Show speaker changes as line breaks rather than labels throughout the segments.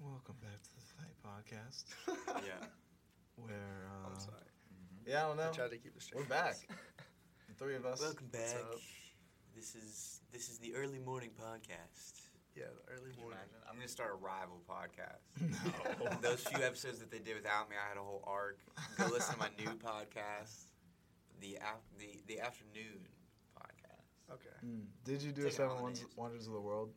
Welcome back to the Fight Podcast,
Yeah.
where uh,
I'm sorry.
yeah, I don't know.
I tried to keep it straight.
We're back. the three of us.
Welcome back.
up?
This is this is the early morning podcast.
yeah, the early
Can you
morning.
imagine? I'm gonna start a rival podcast.
No.
Those few
episodes.
episodes that they did without me, I had a whole arc. Go listen to my new podcast, the af- the the afternoon podcast.
Okay.
Mm. Did you do
Take
a
it
Seven
all in
Wonders,
names.
Wonders of the World?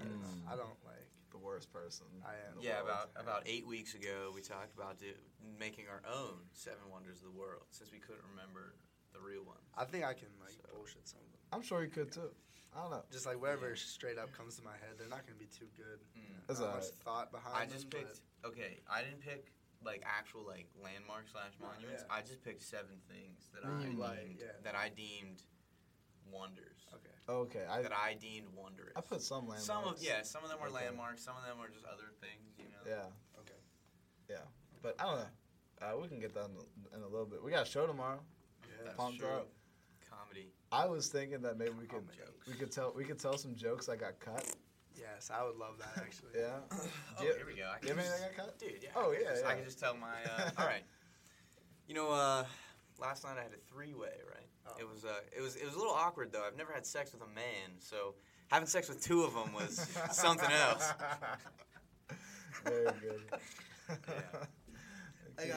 Yes.
Mm.
I don't like.
The worst person.
I
in
am.
the
Yeah,
world.
about about eight weeks ago, we talked about do- making our own Seven Wonders of the World since we couldn't remember the real ones.
I think I can like
So-
bullshit some of them.
I'm sure you could too. I don't know.
Just like whatever straight up comes to my head, they're not gonna be too good.
Mm.
That's
Not much
alright.
thought behind.
I just
them,
picked okay. I didn't pick like actual like landmarks slash monuments.
yeah.
I just picked seven things that
Mm.
I
You
like,
deemed
yeah.
that I deemed wonders.
but- Okay.
Okay,
That
I
I deemed wondrous.
I put some landmarks.
Some of yeah, some of them were
Okay.
landmarks. Some of them were just other things. You know.
yeah,
Okay.
but I don't know. Uh, we can get that in a, in a little bit. We got a show tomorrow.
Yeah.
That's
Pumped
true.
up.
Comedy.
I was thinking that maybe we could
Comedy.
we could tell we could tell some jokes that got cut.
Yes, I would love that actually.
Yeah.
Oh,
Do you-
here we go. I
do you
can
have
just-
anything I cut?
Dude, yeah.
Oh,
I can
yeah,
just- I
yeah.
can just tell my. Uh, all right. You know, uh, last night I had a three-way. Right.
Oh.
It was. Uh, it was. It was a little awkward though. I've never had sex with a man, so having sex with two of them was something else.
Very good.
Yeah.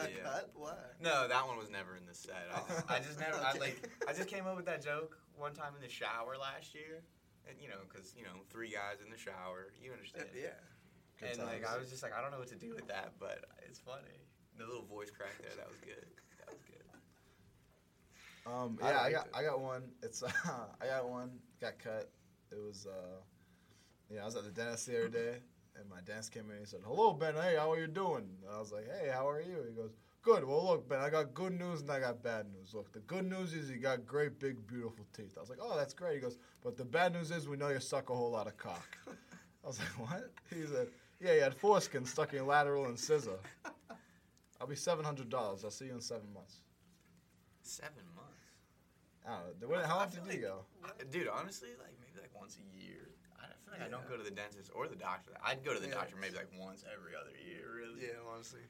I got
Yeah.
cut. What?
No, that one was never in the set. I just, I just never. I,
Okay.
like I just came up with that joke one time in the shower last year. And, you know, because you know, three guys in the shower. You understand?
Yeah.
Good
and like
times.
I was just like, I don't know what to do with that, but it's funny. The little voice crack there, that was good. That was good.
Um, yeah,
I
I,
liked
got
it.
I got one. It's uh, I got one. Got cut. It was uh, yeah. I was at the dentist the other day, and my dentist came in. and He said, "Hello, Ben. Hey, how are you doing?" And I was like, "Hey, how are you?" He goes, "Good. Well, look, Ben. I got good news and I got bad news. Look, the good news is you got great, big, beautiful teeth." I was like, "Oh, that's great." He goes, "But the bad news is we know you suck a whole lot of cock." I was like, "What?" He said, "Yeah, you had foreskin stuck in your lateral incisor." I'll be seven hundred dollars. I'll see you in seven months.
Seven months,
I don't know. When, how
I
often
feel
do you
like-
go?
I- dude. Honestly, like maybe like once a year. I don't feel like I don't
Yeah.
go to the dentist or the doctor. I'd go to the
Yeah.
doctor maybe like once every other year, really.
Yeah. Honestly,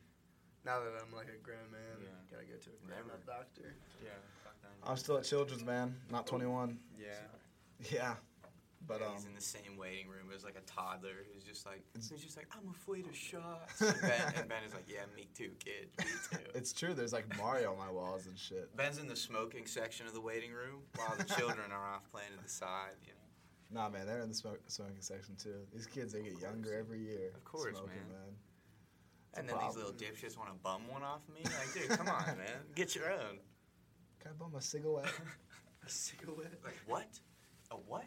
now that I'm like a grown man,
Yeah.
gotta go to a grown
Never.
up doctor.
Yeah. fuck that.
I'm still at Children's, man. Not 21.
Yeah.
Yeah, but
Yeah, he's
um,
in the same waiting room as like a toddler who's just like
It's-
he's just like I'm afraid of shots. And ben, and ben is like, yeah, me too, kid, me too.
it's true. There's like Mario on my walls and shit.
Ben's in the smoking section of the waiting room while the children are off playing to the side. You know,
Nah, man, they're in the smoke, smoking section too. These kids, they get younger every year.
Of course,
smoking,
man.
It's
and
a
then these little
problem.
dipshits want to bum one off me. Like, dude, come on, man, get your own.
Can I bum a cigarette?
A cigarette.
Like what? A what?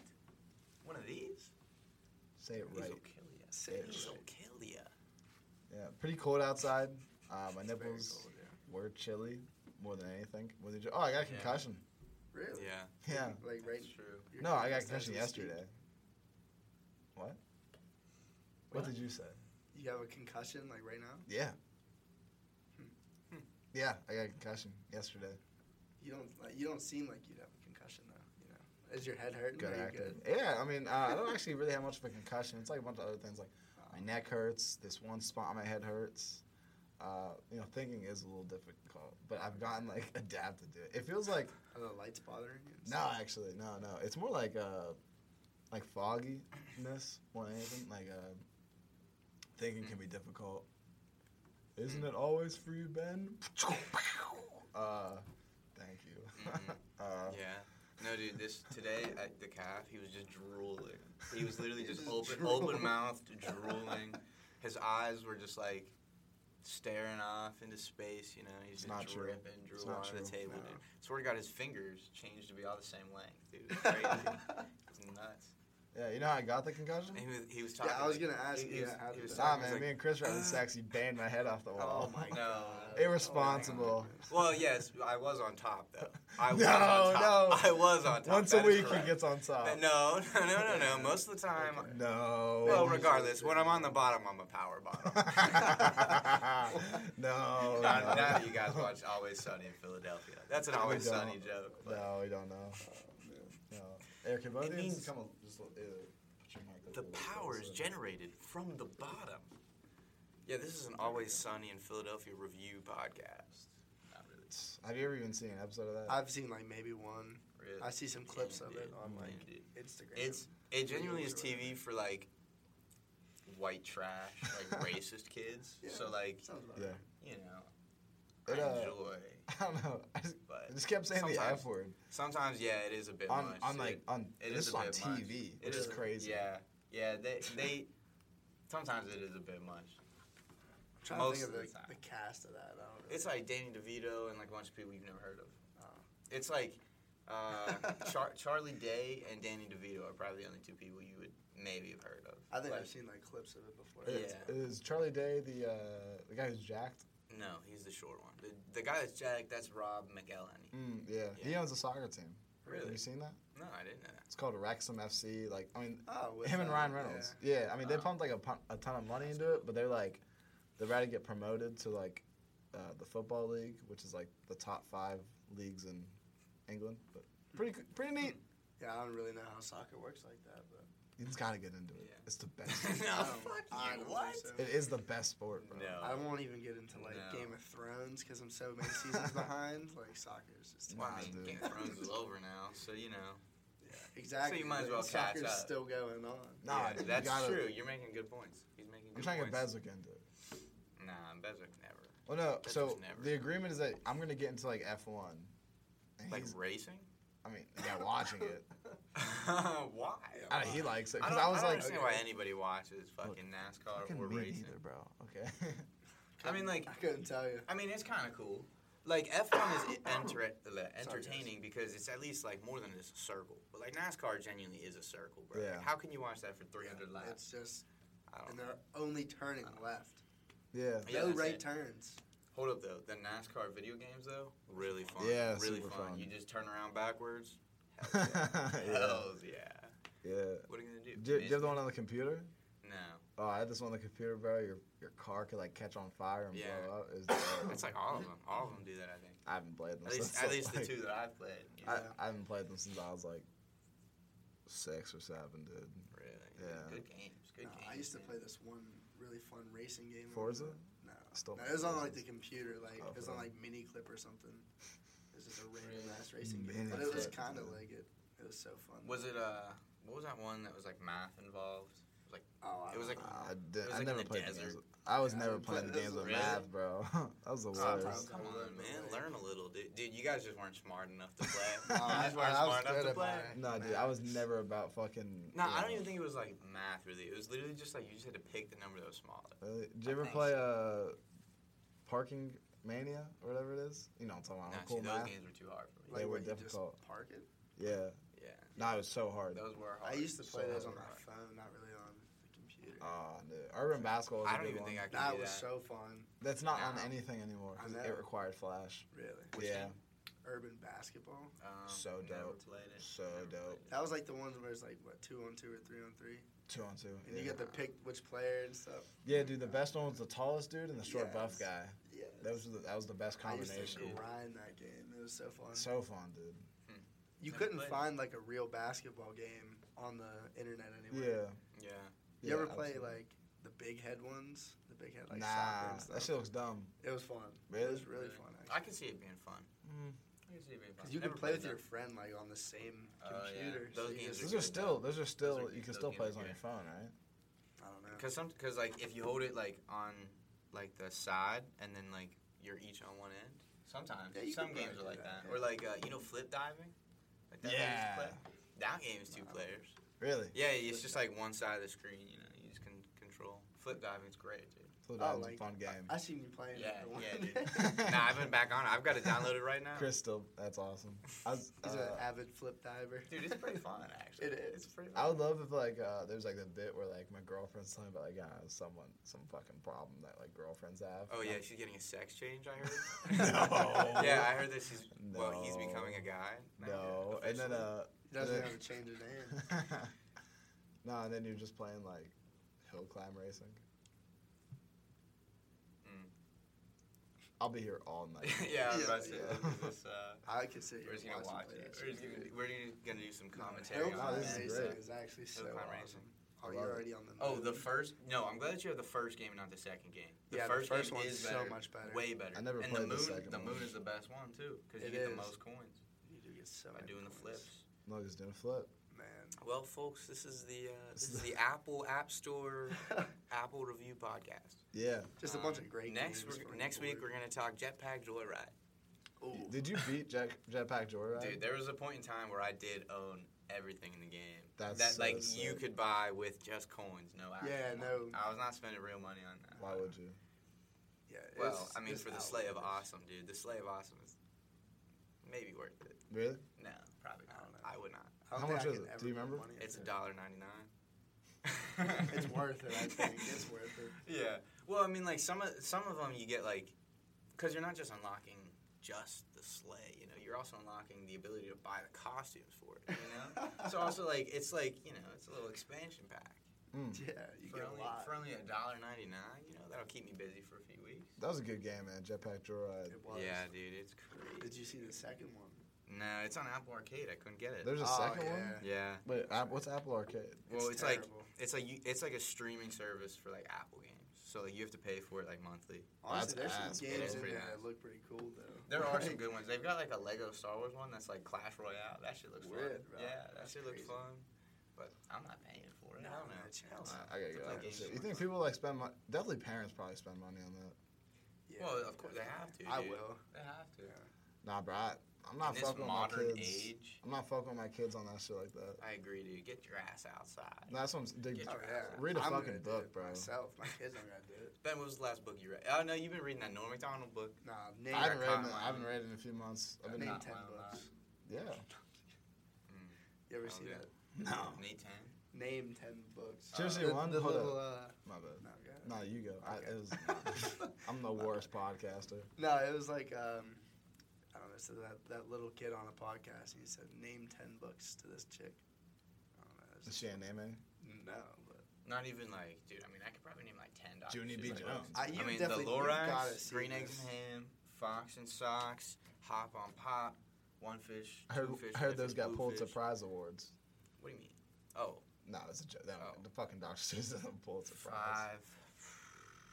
One of these?
Say it
These
right.
will kill ya.
Say it
These will
right.
kill ya.
Yeah, pretty cold outside. Uh, my
It's very
nipples
cold, yeah.
were chilly more than anything. What did you- Oh, I got a
Yeah.
concussion.
Really?
Yeah,
Yeah.
Like right.
that's true.
your
No, I got a
nipples as
concussion
we
yesterday. What? What
What?
did you say?
speak. You have a concussion like right now?
Yeah.
Hmm.
Yeah, I got a concussion yesterday.
You don't like, you don't seem like you'd have a concussion though. You know, is your head hurting?
Good
Are you
acting. Yeah, I mean, uh, I don't actually really have much of a concussion. It's like a bunch of other things, like my neck hurts, this one spot on my head hurts. Uh, you know, thinking is a little difficult, but I've gotten like adapted to it. It feels like
Are the lights bothering you? and
no,
stuff?
actually, no, no. It's more like uh, like fogginess more than anything. Like uh, thinking can be difficult. Isn't it always for you, Ben? Uh, thank you.
Mhm.
uh,
Yeah. No, dude. This today at the calf, he was just drooling. He was literally
He
just,
just
open,
drooled.
open mouthed drooling. His eyes were just like staring off into space. You know, he's
It's
just
not true.
dripping,
It's
drooling
not
on the
true.
table,
No.
dude. Swear to God, his fingers changed to be all the same length, dude. It's crazy. it's nuts.
yeah, you know how I got the concussion?
And he was, he was
Yeah,
talking.
I was
like-
gonna ask
He,
you,
was,
yeah, how
he
did
was
that-
Nah,
talking.
man,
he was
me
like,
and Chris were having sex. He banged my head off the wall.
Oh my
No.
god. Oh,
Irresponsible.
well, yes, I was on top though. I was
No,
on top.
no.
I was on top.
Once a
That is
week, he
correct.
gets on top.
No, no, no, no, no. Most of the time,
Okay.
No.
Well, regardless, when I'm on the bottom, I'm a power bottom.
no. no.
Oh, Now now that you guys watch Always Sunny in Philadelphia, that's an
We
Always
don't.
Sunny joke. But
No, we don't know. No. Eric, can both
It means-
come on, just uh, put your mic up a
the
little
power
bit,
is
so-
generated from the bottom. Yeah, this is an Always Sunny in Philadelphia review podcast.
Not really. Have you ever even seen an episode of that?
I've seen like maybe one.
Really?
I see some clips of it
dude.
on like
Yeah, dude.
Instagram.
It's it genuinely is TV for like white trash, like racist kids.
Yeah.
So like
Sounds about
Yeah.
right.
you know,
It,
I
uh,
enjoy,
I don't know. I just,
but
I just kept saying the
Sometimes
F word
sometimes yeah, it is a bit
on,
much.
on like on
it
this
is
is
a
on
bit
TV,
much.
which is,
a-
crazy.
Yeah, yeah. They they sometimes it is a bit much.
I'm trying to
most
think of
of
the,
the time.
the cast of that. I don't really
It's like Danny DeVito and like a bunch of people you've never heard of. Um,
Oh.
It's like uh, Char- Charlie Day and Danny DeVito are probably the only two people you would maybe have heard of.
I think
Like,
I've seen like clips of it before.
It's-
Yeah.
Is Charlie Day the uh, the guy who's jacked?
No, he's the short one. The, the guy that's Jack, that's Rob McElhenney.
Mm, yeah. He
Yeah.
owns a soccer team. Have you seen that?
No, I didn't know that.
It's called Wrexham FC. Like I mean,
Oh, with,
him and
uh,
Ryan Reynolds. Yeah, I mean they
Oh.
pumped like a, pun- a ton of money into it, but they're like they're about to get promoted to like uh, the football league, which is like the top five leagues in England. But pretty c- pretty neat.
Yeah. yeah, I don't really know how soccer works like that, but
You just gotta get into it.
Yeah.
It's the best.
no,
I don't-
Oh, fuck
I
you.
don't
What?
think so.
it is the best sport, bro.
I
No.
won't even get into like
No.
Game of Thrones because I'm so many seasons behind. Like soccer is just
Well,
Nah,
I mean,
dude.
Game of Thrones is over now, so you know.
yeah, exactly.
might
like,
as well catch
soccer's
up.
still going on.
Nah,
Yeah,
dude, you
that's
gotta-
true. You're making good points. He's making.
I'm
Good
trying to get
points.
Bezwick into it.
Nah, Bezwick never.
Well, no.
Bezwick's
so
never.
the agreement is that I'm gonna get into like F1. And
Like
he's-
racing?
I mean, yeah, watching it.
why?
I know, he likes it
I
because
don't,
I,
I
was
don't
like,
understand why anybody watches fucking NASCAR
fucking
or
me
racing.
neither, bro. Okay.
I mean, like,
I couldn't tell you.
I mean, it's kind of cool. Like F1 is enter-
guys.
entertaining because it's at least like more than just a circle. But like NASCAR genuinely is a circle, bro. Like,
Yeah.
how can you watch that for 300
Yeah,
laps?
It's just
I don't
and
know.
they're only turning left.
yeah.
Yeah,
no
that's
right
it.
turns.
Hold up though, the NASCAR video games though, really fun.
Yeah,
really
super
fun.
fun.
You just turn around backwards.
yeah.
Hell yeah. Hells yeah.
yeah.
What are you gonna do?
Do, do you
Miss
have the
me?
one on the computer?
No,
Oh, I had this one on the computer, bro. Your your car could like catch on fire and
Yeah.
blow up. It was dope.
it's like all of them. All of them do that, I think.
I haven't played them.
At least,
since
at least the
like-
two that I've played.
I,
Yeah.
Yeah.
I haven't played them since I was like six or seven, dude.
Really.
Yeah.
Good games. Good
No,
games.
I used to
man.
play this one really fun racing game.
Forza?
No.
Still
no, it was on like the computer, like
Oh,
it was on
Forza.
like Mini Clip or something. It was just a random
Really?
ass racing
Mini
game, but it was
Clip,
kind of
yeah.
like it. It was so fun.
Was it uh? What was that one that was like math involved?
Oh, I
It was
don't
like
know.
I, did, I
was, like, in
never
the
played the games.
desert.
with- I was
Yeah, I
never
haven't
playing the
played-
games with
those are
math, bro. that was the
Sometimes.
worst.
Ah, Come
I
on,
learned
man,
away.
learn a little, dude. Dude, you guys just weren't smart enough to play.
No,
you just
I-
weren't
I was
smart enough
good
to
at
play.
mine.
No, dude, I was never about fucking.
No, I
you
don't
know,
even think it was like math really. It was literally just like you just had to pick the number that was smaller.
Really? Did you ever
think
play uh, Parking Mania or whatever it is? You know what I'm talking about.
No,
cool
see,
math.
those games were too hard for me.
Like- they were
what, you just
difficult.
Park it.
Yeah.
yeah,
No, it was so hard.
those were
I
Oh, hard.
used to play
so
those on
hard.
my phone, not really on the computer.
Oh, dude. Urban basketball was
I
a
don't
good
even
one.
think I could
that
do
was
that.
so fun,
That's not on
Nah.
anything anymore
I
'cause
know.
it required flash.
really.
yeah.
Urban basketball.
Um,
So
never
dope.
Played it.
So
never
dope.
played it.
That was like the ones where it's like what two on two or three on three,
Two on two.
and
yeah.
you get to pick which player and stuff.
yeah, dude, the best one was the tallest dude and the short buff
Yes.
guy.
Yeah,
That was the, that was the best
I used to
combination.
grind that game. It was so fun.
So fun, dude.
you
Never
couldn't
played it.
find like a real basketball game on the internet anywhere.
Yeah.
Yeah.
You
Yeah,
ever play
absolutely.
like the big head ones? The big head like soccer and
Nah,
stuff.
that shit looks dumb.
It was fun. It
Really?
was really
Really?
fun actually.
I can see it being fun.
Mm.
I can see it being fun.
Because you
Never
can play
played
with your friend like on the same
Oh, yeah.
computer.
Those
so you
games
just-
Those
are
are still those are still
Those are-
you can
those
still
games
play
are
those on your
good.
phone, right?
I don't know.
Because some, cause like if you hold it like on like the side and then like you're each on one end. Sometimes
Yeah, you
some
could
games
probably
are
do
like
that,
that,
yeah.
or like uh, you know flip diving. Like that I used to play. That game is two
Wow.
players.
Really?
Yeah, it's just like one side of the screen. You know, you just can control. Flip diving's great, dude.
So
Oh,
that was a
like-
fun game.
I seen you playing
Yeah,
that one
yeah,
day.
dude. nah, I've been back on. it. I've got it downloaded right now.
Crystal, that's awesome. I was,
He's
uh,
an avid flip diver.
Dude, it's pretty fun actually.
It is.
It's pretty. Fun.
I would love if like uh, there's like the bit where like my girlfriend's telling me about like uh, someone some fucking problem that like girlfriends have.
Oh
And
yeah,
I'm-
she's getting a sex change. I heard.
No.
yeah, I heard that she's. Well, he's
No.
becoming a guy. now,
No, and then
officially.
uh,
He doesn't
Yeah.
have to change his name.
no, and then you're just playing like hill climb racing.
Mm.
I'll be here all night.
yeah, I was
Yeah,
about to say,
yeah.
is this, uh,
I could sit here
we're just
and
gonna
him
watch
play
it.
that
We're, just
shit.
gonna, we're gonna, gonna do some
No,
commentary
Hill
Oh,
on
this
it.
is
Climb
great.
Racing is actually so
Climb
awesome.
Racing.
Oh,
I
you're
love it.
already on the.
Oh,
moon.
the first. No, I'm glad you have the first game and not the second game. The,
Yeah, the
first,
first
game
one's
is
so
better,
much better.
Way better.
I never
and
played
the
the
moon.
second
the
one.
moon is the best one too because
It
you get
is.
the most coins
You do get so
by
many
doing the
points.
flips.
No, he's doing a flip.
man.
Well, folks, this is the uh,
This
this
is
is the Apple App Store Apple Review Podcast.
Yeah.
Just a bunch of great.
Um, Next
games
we're,
for
next
me to
week we're gonna talk Jetpack Joyride.
board. Ooh.
Did you beat Jack, Jetpack Joyride?
Dude, there was a point in time where I did own everything in the game.
That's
that
so
like you
sick.
could buy with just coins, no actual
Yeah,
money.
no.
I was not spending real money on that.
Why would you?
Yeah, it
Well,
was-
I mean,
it was
for the Slay of
outlandish.
Awesome, dude, the Slay of Awesome is maybe worth it.
Really?
No, probably
I
not.
don't know.
I, would not.
I don't
How
think
much
I
is
can
it?
ever
Do you
put
remember?
money on
It's a
it.
dollar ninety nine.
It's worth it. I think it's worth it.
Yeah. Well, I mean, like some of some of them you get like, because you're not just unlocking just the sleigh, you know, you're also unlocking the ability to buy the costumes for it, you know. so also like it's like you know it's a little expansion pack.
Mm.
Yeah, you
for
get
only
a lot.
for only a dollar ninety nine, you know, that'll keep me busy for a few weeks.
That was a good game, man. Jetpack Joyride.
It was.
Yeah, dude, it's crazy.
Did you see the second one?
No, it's on Apple Arcade. I couldn't get it.
There's a
Oh,
second one.
yeah.
yeah.
Wait, App, what's Apple Arcade?
Well, it's like-
terrible.
It's like you, it's like a streaming service for like Apple games. So like you have to pay for it like monthly.
honestly, there's some
ass,
but
games
it's
in there
pretty
that
nice.
look pretty cool though.
There are some good ones. They've got like a Lego Star Wars one that's like Clash Royale. That shit looks fun.
Weird, bro.
Yeah, that
That's
shit looks
crazy.
fun. But I'm not paying for
No,
it. I don't know.
no
Hell
chance.
no.
I gotta
It's
get
like
out
game
that shit. You
shorts.
think people like spend money? Definitely parents probably spend money on that.
Yeah.
Well, of course they have to.
I
dude.
will.
They have to.
Yeah.
Nah, bro. I, I'm not
In this
fucking with my
modern
kids.
age,
I'm not fucking with my kids on that shit like that.
I agree, dude. Get your ass outside.
That's what I'm. Dig,
Get
Oh
your
yeah.
ass.
Read a
I'm
fucking
gonna do
book,
it
bro.
Myself, my kids aren't gonna do it.
Ben, what was the last book you read? Oh no, you've been reading that Norm Macdonald book.
Nah,
I
name,
haven't read.
caught
In,
mine.
I haven't read in a few months. I've been
name
not
ten
mine,
books.
yeah.
You ever
I'll
see
do
that?
Nate Tan.
Name ten books.
Seriously,
the,
one?
The
Hold
little. Uh,
My bad.
no, go ahead.
Nah, you go. I,
Okay.
it was, I'm the worst podcaster.
No, it was like um, I don't know. So that that little kid on a podcast, and he said, "Name ten books to this chick." I don't know.
Is
it's-
she a name? man?
No, but
Not even like, dude. I mean, I could probably name like ten. dogs.
Junie
She's
B.
like,
Jones.
I, you
I mean,
definitely
the
you gotta
Lorax,
see
green
this.
eggs and ham, fox and socks, hop on pop, one fish,
I heard,
two fish.
I heard
three
those
fish,
got
blue
Pulitzer
fish.
Prize awards.
What do you mean? Oh,
No, that's a joke. That
Oh.
The fucking Dr. Seuss doesn't Pulitzer Prize.
five.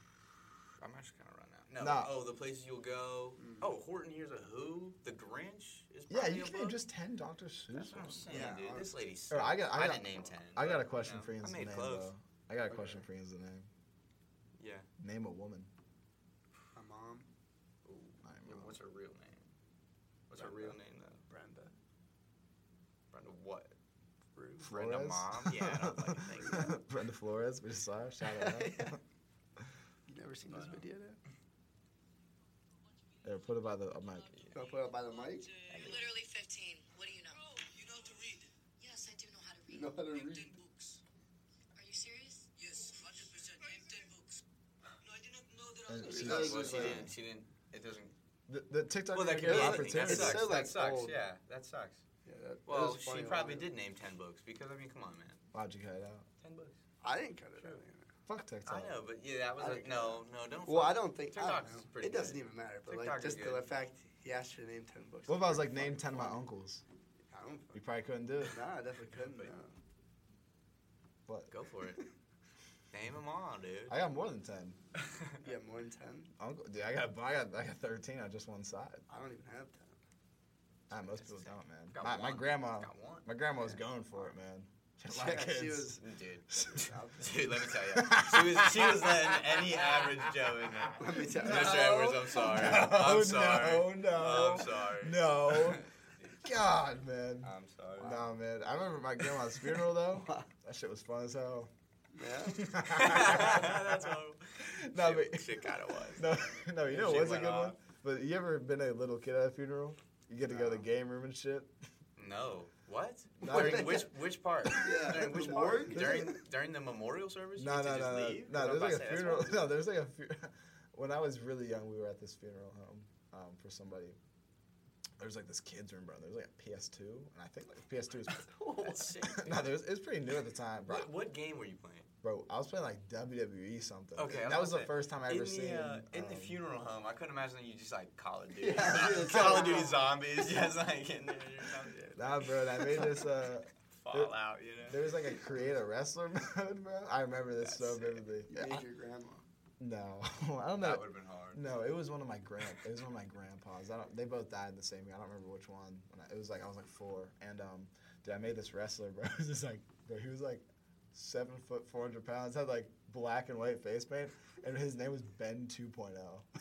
I'm actually kind of running out. No.
Nah.
Oh, the places you'll go.
Mm.
Oh, Horton hears a who. The Grinch is.
Yeah,
probably
you
a
can name
book.
just ten Dr.
That's
Seuss
what I'm
ones.
saying,
Yeah,
dude.
I-
This lady's.
Or I got- I got-
didn't name ten.
I got a
but,
question
you know,
for you.
I
Ian's
made
name,
close.
though. I got a
Okay.
question for Ian's name.
Yeah.
Name a woman.
My mom,
I don't
Yeah,
know.
What's her real name? What's her real
Brenda.
name though?
Brenda,
Brenda what?
Rue.
Brenda
Flores?
Mom? Yeah, I don't fucking think so.
Brenda Flores. We just saw her. Shout out.
Yeah. You never seen this
I know.
video? Though?
Yeah, put it by the uh, mic.
Can I put it up by the mic?
You're literally 15. What do you know?
Oh, You know how to read.
Yes, I do know how to read.
You know how to
Name
read.
ten books.
Are you serious?
Yes, hundred percent. Name ten books. No, I did not know that.
And
I was
she's-
No,
Really
well,
good
she
one.
didn't. She didn't. It doesn't.
The, the TikTok.
Well, that
gave me
could be
an
anything. That
opportunity.
It's
sucks.
so, like,
that sucks.
old.
Yeah, that sucks.
Yeah, that, that
Well,
was funny
she probably
audio.
did name ten books because I mean, come on, man.
Why'd you cut it out?
Ten books.
I didn't cut it out. you know.
Fuck TikTok.
I know, but yeah, that was
I
like
think-
no, no, don't.
Well,
fuck.
I don't think I don't
TikTok's
know.
pretty
It doesn't
good.
even matter, but like
TikTok is
just the
good.
fact he asked you to name ten books.
What if I was like
pretty
name ten of my
fucking
uncles?
funny. I don't.
You probably couldn't do it.
fucking- Nah, I definitely couldn't.
But-
no.
But
Go for it. Name them all, dude.
I got more than ten.
You have more than ten?
Uncle, dude, I got, I got, I got thirteen on just one side.
I don't even have ten.
Ah, most
That's
people
insane.
don't, man.
Got
My, my
one.
grandma,
Got one,
my grandma was
Yeah.
going for it, man. Just
Yeah,
like
she
kids.
was-
Mm, dude.
out there.
Dude, let me tell you, she was she was letting any average Joe in there.
Let me tell you.
Mr. Edwards, I'm sorry.
No,
I'm sorry.
No, no,
I'm sorry.
no. God, man.
I'm sorry.
No, man. I remember my grandma's funeral though. That shit was fun as hell.
Yeah.
That's horrible.
No,
shit,
but-
shit kind of was.
No, no, you
That
know
shit
what's a
went
good one?
off.
But you ever been a little kid at a funeral? You get to go to the
No.
game room and shit.
No. What?
No,
during
they-
which which part?
Yeah,
During which
the
part?
morgue?
During during the memorial service?
No,
you
no,
get to
no,
just
no,
leave?
no.
I was
There's
about
like
to
a
say, that's
funeral.
horrible.
No, there's like a funeral. When I was really young, we were at this funeral home um, for somebody. There's like this kids room, bro. There's like a PS2, and I think like PS2 is.
That's sick. dude.
no, there's it's pretty new at the time, bro.
What, what game were you playing?
Bro, I was playing like WWE something.
Okay, I
and
was
that was the
about to say,
first time I
in
ever
the,
seen.
uh, in the
um,
funeral home, I couldn't imagine that you just like Call of Duty,
Yeah,
yeah,
Call
yeah.
of Duty zombies, just like in there. Or something.
Nah, bro, that made this. Uh, There-
out, you know.
There was like a create a wrestler mode, bro. I remember this so
That's it.
vividly.
You
Yeah,
made
I-
your grandma.
no, I don't know.
That would have been hard.
No, it was one of my grand. It was one of my grandpas. I don't. They both died the same year. I don't remember which one. When I, it was like I was like four, and um, dude, I made this wrestler, bro. It was just like, bro, he was like seven foot, four hundred pounds. Had like black and white face paint, and his name was Ben oh.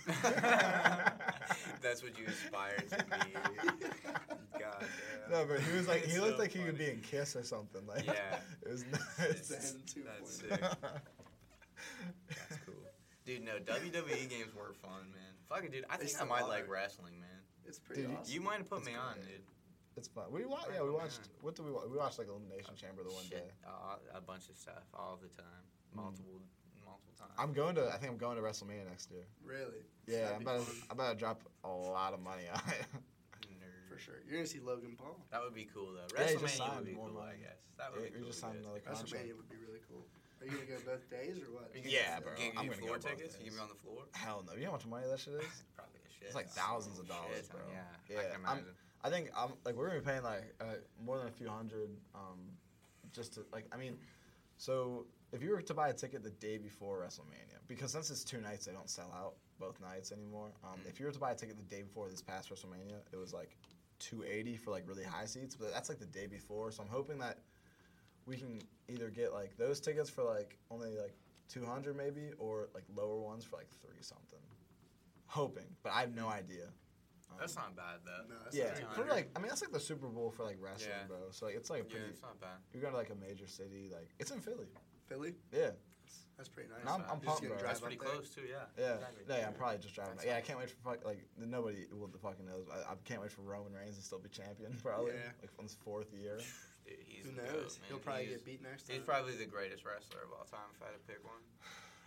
2.0.
That's what you aspire to be. God damn.
No, but he was like he
It's
looked
so
like he could be
funny.
in Kiss or something. Like,
Yeah.
it was
Then
nuts.
two
That's
point-
it. That's cool. Dude, no, WWE games were fun, man. Fucking dude, I
They
think I
still
might
are.
like wrestling, man.
It's pretty
Dude, you-
awesome.
You might have put
That's
me on,
great.
dude.
It's fun. We watched. Yeah, we watched. What did we watch? We watched like Elimination Chamber the one
Shit,
day. Mm.
all- a bunch of stuff all the time, multiple, multiple times.
I'm going to. I think I'm going to WrestleMania next year.
really?
Yeah,
That'd
I'm
be
about, to,
fun,
I'm about to drop a lot of money on it.
Nerd.
for sure. You're gonna see Logan Paul.
That would be cool though.
Yeah, you just
WrestleMania
signed
would be
more
cool,
money.
I guess. That would
Yeah,
be
you
cool.
just
if
signed
did.
another contract.
WrestleMania would be really cool. Are you gonna go both days or what?
Yeah, bro.
I'm
Can you
gonna
give
go
me floor
both
tickets?
days.
You give me on the floor?
Hell no. You know how much money that shit is?
Probably a shit.
It's like
ton.
thousands of dollars,
Shit ton,
bro.
Yeah, I
Yeah,
can
I'm-
imagine.
I think I'm like we're gonna be paying like uh, more than a few hundred, um, just to like I mean, so if you were to buy a ticket the day before WrestleMania, because since it's two nights, they don't sell out both nights anymore. Um, If you were to buy a ticket the day before this past WrestleMania, it was like two eighty for like really high seats, but that's like the day before. So I'm hoping that we can either get like those tickets for like only like two hundred maybe, or like lower ones for like three something. Hoping, but I have no idea. Um,
That's not bad though.
No, that's
yeah,
not
for
$300.
like I mean that's like the Super Bowl for like wrestling,
Yeah.
bro. So like it's like a
Yeah,
pretty.
it's not bad.
You're going to like a major city, like it's in Philly.
Philly.
Yeah,
That's pretty nice.
And I'm- I'm
You're just
pumped,
gonna
bro.
drive
That's pretty
up there.
close too. Yeah.
yeah,
Exactly.
yeah. I'm probably just driving.
That's
Yeah, I
awesome.
can't wait for fuck, like nobody will the fucking knows. I, I can't wait for Roman Reigns to still be champion probably
Yeah.
like from his fourth year.
Dude, he's
Who
the
knows?
goat, man.
He'll probably
he's,
get beat next time.
He's probably the greatest wrestler of all time if I had to pick one.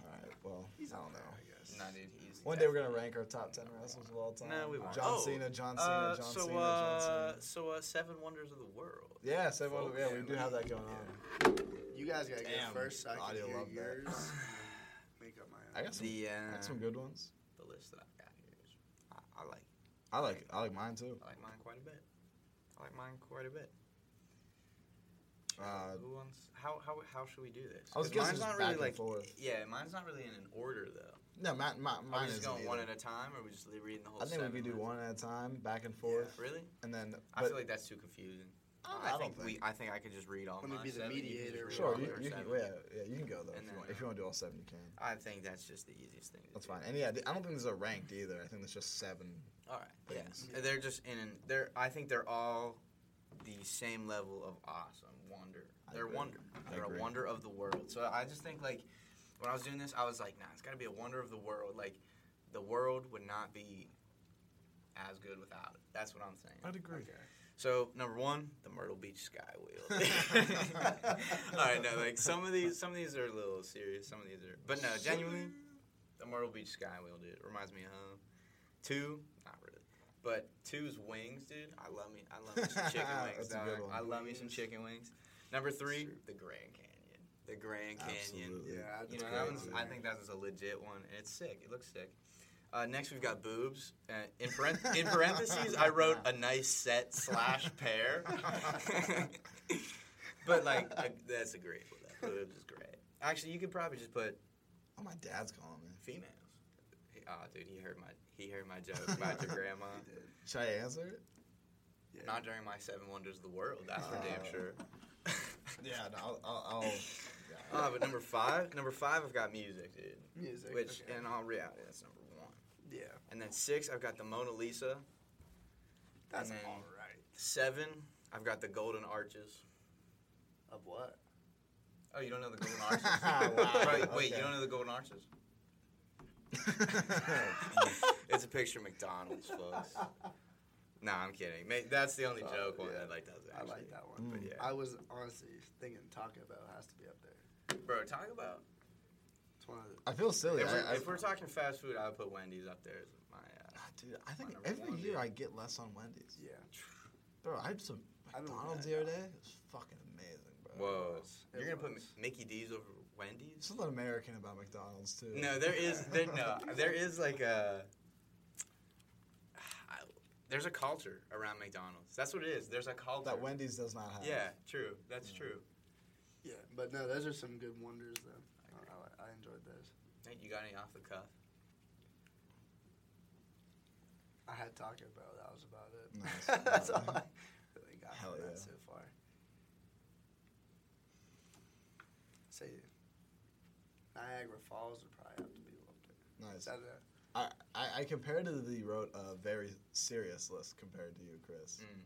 All right, well
He's
I
on
don't know.
there, I guess.
Nah, dude, he's.
One day we're gonna
definitely-
rank our top ten wrestlers of all time.
No, we won't.
John
Oh,
Cena, John Cena,
Uh,
John
so,
Cena,
uh,
John Cena.
so uh, Seven Wonders of the World.
Yeah, so one,
folks,
yeah, we
yeah,
do have that going on.
You guys gotta
Damn,
go first, so I can
audio
hear
love that.
yours. and then Make up my
I
own.
got some,
The
I
uh,
got some good ones.
the list that I've got here is I, I like
I like I like mine too.
I like mine quite a bit. I like mine quite a bit.
Uh,
Who wants? How how how should we do this?
I was
'Cause
guessing
mine's
just back
not really
and
like
forth.
yeah, mine's not really in an order though.
No, my, my,
Are
mine
we just
is
going one at a time, or are we just li- reading the whole?
I think we
seven
could do
list?
one at a time, back and forth,
Really?
and then.
I
but-
feel like that's too confusing.
I don't know, I
think
don't
we. I think I could just read all.
Let me
my
be the
seven, you can just
mediator.
read
sure,
all
you,
your
you can,
seven.
yeah, yeah, you can go though. If
And
you,
then,
want, if
uh,
you want to do all seven, you can.
I think that's just the easiest thing. To
That's
do.
fine. And yeah, I don't think there's a ranked either. I think there's just seven.
All right. Yes.
Things.
They're just in. An, they're. I think they're all the same level of awesome wonder.
I
They're
agree.
wonder.
I
They're
agree.
a wonder of the world. So I just think like when I was doing this, I was like, nah, it's got to be a wonder of the world. Like the world would not be as good without it. That's what I'm saying.
agree.
So number one, the Myrtle Beach Sky Wheel. All right, no, like some of these, some of these are a little serious. Some of these are, but no, genuinely, the Myrtle Beach Sky Wheel, dude, reminds me of home. Two, not really, but two's wings, dude. I love me, I love me some chicken wings,
That's a good
dog.
one.
I love me some chicken wings. Number three,
Sure.
the Grand Canyon. The Grand Canyon.
Absolutely.
Yeah, I'd
You
That's
know,
go
that
great,
one's,
dude.
I think that was a legit one, and it's sick. It looks sick. Uh, next, we've got boobs. Uh, in, parent- in parentheses, I wrote a nice set slash pair. but, like, I, that's a great one. That boobs is great. Actually, you could probably just put
Oh, my dad's calling me.
females. Ah, dude, he heard my he heard my joke about your grandma.
He did.
Should I answer it?
Yeah.
Not during my seven wonders of the world. That's for damn
Uh.
sure.
Yeah, no, I'll. I'll, I'll yeah.
Ah, but number five, number five, I've got music, dude.
music.
Which,
okay.
in all reality, that's number one.
yeah,
And then six, I've got the Mona Lisa.
that's
then-
all right.
Seven, I've got the Golden Arches.
Of what?
Oh, you don't know the Golden
Arches?
Arches?
Wow,
Right, Wait,
okay.
you don't know the Golden Arches? it's a picture of McDonald's, folks. Nah, I'm kidding. Ma- That's the only
Oh,
joke one
yeah.
that Uh, like does it.
I
Actually.
like that one.
But
Mm.
yeah,
I was honestly thinking Taco Bell has to be up there.
bro, talk about.
It's one of the
I feel silly.
if,
I,
we're,
I,
if we're talking fast food, I would put Wendy's up there as my. Uh,
Ah, dude, I think
My number
every
one,
year
dude.
I get less on Wendy's.
yeah.
Bro, I had some
I don't
McDonald's
know.
the other day. It was fucking amazing, bro.
whoa,
It
you're gonna put
was.
Mi- Mickey D's over Wendy's?
Something American about McDonald's too.
No, there is there no there is like a. I, There's a culture around McDonald's. That's what it is. There's a culture.
That Wendy's does not have.
Yeah, true. That's
Yeah.
true.
Yeah, but no, those are some good wonders though. I, I, I enjoyed those.
Nate, you got any off the cuff?
I had Taco Bell. That was about it.
Nice.
That's all I really got
Hell
from
yeah.
that so far. Say Niagara Falls would probably have to be up there.
Nice.
Is that a,
I, I, I comparatively wrote a very serious list compared to you, Chris.
Mm.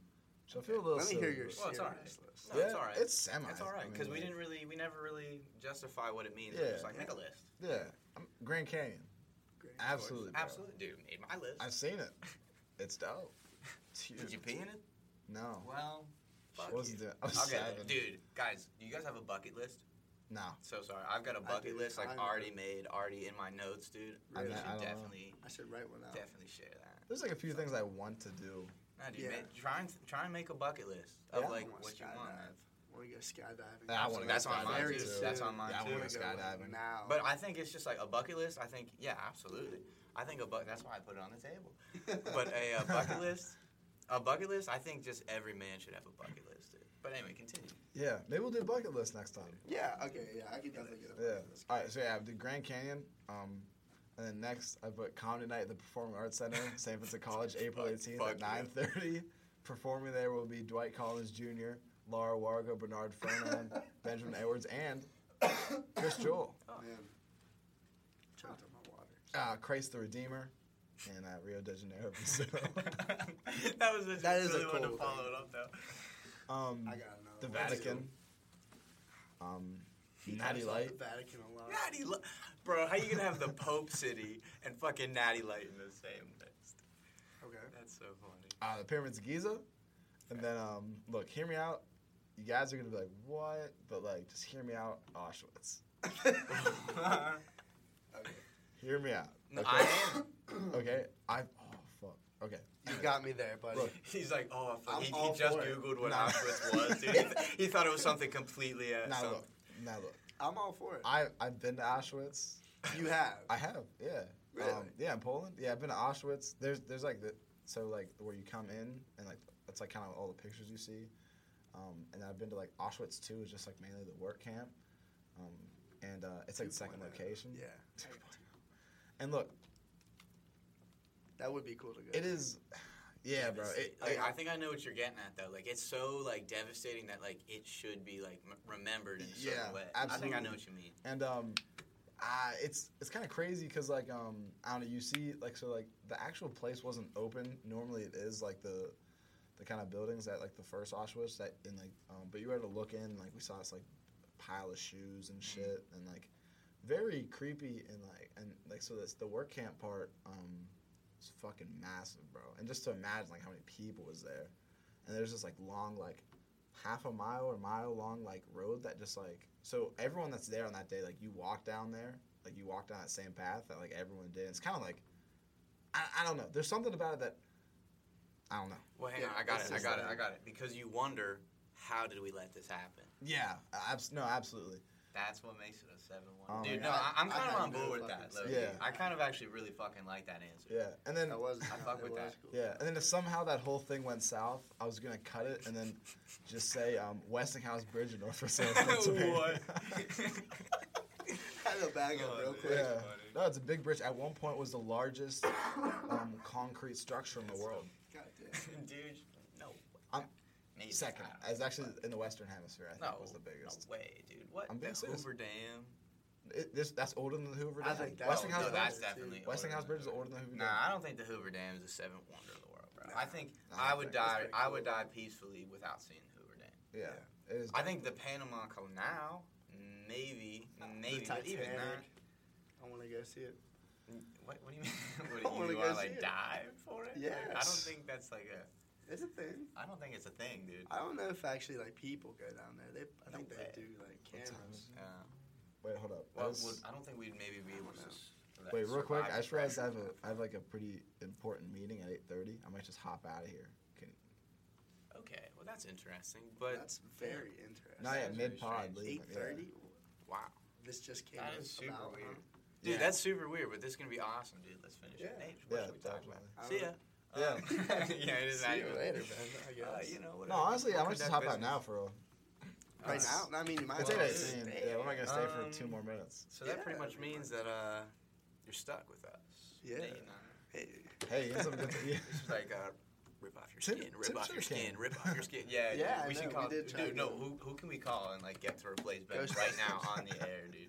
So I feel a little.
let me hear
silly,
your
but-
Well,
serious
it's all right.
list.
No, it's all right.
It's semi.
That's all
I
right
mean,
because we
like,
didn't really, we never really justify what it means.
Yeah.
We're just like make a list.
Yeah, I'm, Grand Canyon.
Great.
Absolutely. bro.
Absolutely, dude. Made my list.
I've seen it. It's dope. It's huge.
Did you pee in it?
No.
well, fuck
I wasn't
you.
doing. I was
I'll get
seven.
it. dude. Guys, do you guys have a bucket list?
No.
So sorry. I've got a bucket
do.
list like
I know.
already made, already in my notes, dude.
I
We
mean,
should
I don't know.
definitely,
I should write one out.
definitely share that.
There's like a few things I want to do.
Nah, dude,
Yeah.
ma- try and try and make a bucket list of
Yeah. I
like
wanna
what you want.
skydive.
man.
want to go skydiving.
Yeah, I wanna go
That's on mine
skydiving
too.
too.
That's on mine
Yeah, I
too.
wanna go skydiving.
now.
But I think it's just like a bucket list. I think yeah, absolutely. I think a bucket. That's why I put it on the table. But a uh, bucket list, a bucket list. I think just every man should have a bucket list. Dude. But anyway, continue.
Yeah, maybe we'll do a bucket list next time.
yeah, okay, yeah, I can definitely get a
Yeah.
bucket list.
All right. So yeah, I did Grand Canyon. Um, and then next I put comedy night at the Performing Arts Center, San Francisco College, April
Fuck-
18th
fuck
at
yeah.
9:30. Performing there will be Dwight Collins Jr., Laura Wargo, Bernard Fernand, Benjamin Edwards, and Chris Joel.
Man, choked on my water.
Uh, Christ the Redeemer, and uh, Rio de Janeiro. So,
that was just
That is a
really one to
cool
follow
thing.
it up though.
um,
I got another
the
one,
Vatican.
too.
Um,
He
Natty
talks about
Light.
The Vatican a lot.
Natty Light, bro. How you gonna have the Pope City and fucking Natty Light in the same list?
Okay.
That's so funny.
uh, the pyramids of Giza, and then um, look, hear me out. You guys are gonna be like, what? But like, just hear me out. Auschwitz. Hear me out.
No,
okay.
I am.
okay. I. Oh fuck. Okay.
You got me there, buddy.
Look,
He's like, oh, fuck.
I'm
he, he
all
just
for it.
googled what
Nah.
Auschwitz was. Dude. He, th- he thought it was something completely. Uh,
now
some-
look. Now look.
I'm all for it.
I I've been to Auschwitz.
you have.
I have. Yeah. Um,
Really?
yeah, in Poland. Yeah, I've been to Auschwitz. There's there's like the so like where you come in and like that's like kind of all the pictures you see. Um, and I've been to like Auschwitz too. It's just like mainly the work camp. Um, and uh, it's like the second
2.0.
location.
Yeah.
And look,
That would be cool to go.
it is. Yeah, bro. It,
like,
it-
I think I know what you're getting at though. Like it's so like devastating that like it should be like m- remembered in a certain
Yeah,
way. I think I
absolutely.
know what you mean.
and um, I, it's it's kind of crazy because like um, I don't know. You see, like so, like the actual place wasn't open. Normally, it is like the the kind of buildings that like the first Auschwitz that in like. Um, but you were to look in, like we saw this like pile of shoes and shit, and like very creepy and like and like so that's the work camp part. Um, it's fucking massive, bro. And just to imagine like how many people was there, and there's this like long like half a mile or mile long like road that just like so everyone that's there on that day like you walk down there like you walk down that same path that like everyone did. It's kind of like I, I don't know. There's something about it that I don't know.
Well, hang
Yeah,
on. I got
this
it. I
is
got it.
like-
I got it. Because you wonder how did we let this happen.
Yeah, abs- no, absolutely.
That's what makes it a seven-one,
Oh my
dude.
God.
No, I, I'm
I
kind
had
of on
no
board with
fucking
that. Low
clue. Yeah.
I kind of actually really fucking like that answer.
Yeah, and then
That was.
I
no,
fuck
that
with
was
that.
Cool.
Yeah, and then if somehow that whole thing went south, I was gonna cut it and then just say um, Westinghouse Bridge in Northwest Pennsylvania.
What?
I had a bag up
Oh,
real
dude.
quick.
yeah, no, it's a big bridge. At one point, was the largest um, concrete structure in the world.
God damn.
dude. No.
I'm-
Maybe.
Second,
I don't
it's
know.
actually in the Western Hemisphere. I think
no,
was the biggest.
No way, dude. What?
I'm being
the
serious.
Hoover Dam.
It, this that's older than the Hoover Dam.
I think that-
Westinghouse
no,
Bridge.
that's
Bridge, dude.
definitely older
Westinghouse
than
Bridge is
the-
older than the Hoover
Nah,
Dam.
I don't think the Hoover Dam is the seventh wonder of the world, bro.
Nah,
I think
nah,
I
I
would
think it's
die.
pretty
I
cool.
would die peacefully without seeing the Hoover Dam.
Yeah, it is.
I think the Panama Canal, maybe, maybe,
The
but even
Titanic. I
that.
want to go see it.
What, what do you mean?
I
what do
wanna
you
go
want
see
like
it.
dive for it? Like, I don't
Yes.
think that's like a.
It's a thing.
I don't think it's a thing, dude.
I don't know if actually like people go down there. They, I
No
think
way.
they do like
What time
cameras.
is
Uh,
it? Wait, hold up. I
well,
was-
would- I don't think we'd maybe be able
I don't
to.
know.
s- like,
Wait, real quick.
survive
I
the
just realized I have
pressure.
a I have like a pretty important meeting at eight thirty. I might just hop out of here. Can
Okay, well that's interesting, but
That's very interesting.
not
sounds
yet mid
really
pod.
strange.
Eight thirty.
wow,
This just came.
that is super
about, huh?
weird. Dude,
Yeah.
that's super weird, but this is gonna be awesome, dude. Let's finish it.
Yeah.
Nate, what
Yeah,
should we talk about?
definitely.
I don't
See ya.
know.
Yeah.
Um, yeah, it is
See you
accurate.
later, man. I guess.
Uh, you know,
No,
whatever.
honestly, I
We'll
might just
conduct
hop out
business.
now for real.
right
Uh,
now, I mean, you might
It's eight
as well.
eighteen. Yeah, we're not gonna stay for two
Um,
more minutes.
So that
Yeah,
pretty much
we might.
means that uh, you're stuck with us.
Yeah.
Hey, you know,
Hey,
Hey, you have some good. Yeah.
This is like uh, rip off your
Tim-
skin, rip
Tim
off your
Sure
skin,
can.
rip off your skin.
Yeah,
Yeah, dude,
I
we
know,
should
we
call.
did try to
dude, no,
do
who who can we call and like get to replace Ben
Ghost-
right now on the air, dude?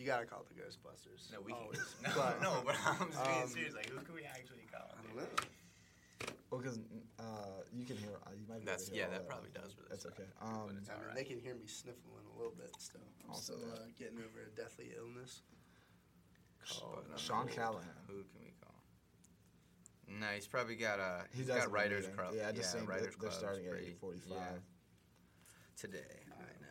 you gotta call the Ghostbusters.
Oh,
No, we can.
Always.
No,
But-
no, but I'm just being
Um,
serious. Like, who can we actually call?
I
dude?
don't know.
Well, because uh, you can hear. Uh, you might be
That's
able to hear all
yeah, that probably uh, does. Really
That's
suck.
okay. Um,
but it's
I mean,
alright.
they can hear me sniffling a little bit still. I'm
Also
still
that.
uh, getting over a deathly illness.
But I'm
Sean
old.
Callahan.
Who can we call? No, he's probably got a
He
he's
does have
got
a
writers
meeting.
club.
Yeah, I just seen they-
writers
they're
club's
starting at
pretty-
eight forty-five.
yeah, today. I know.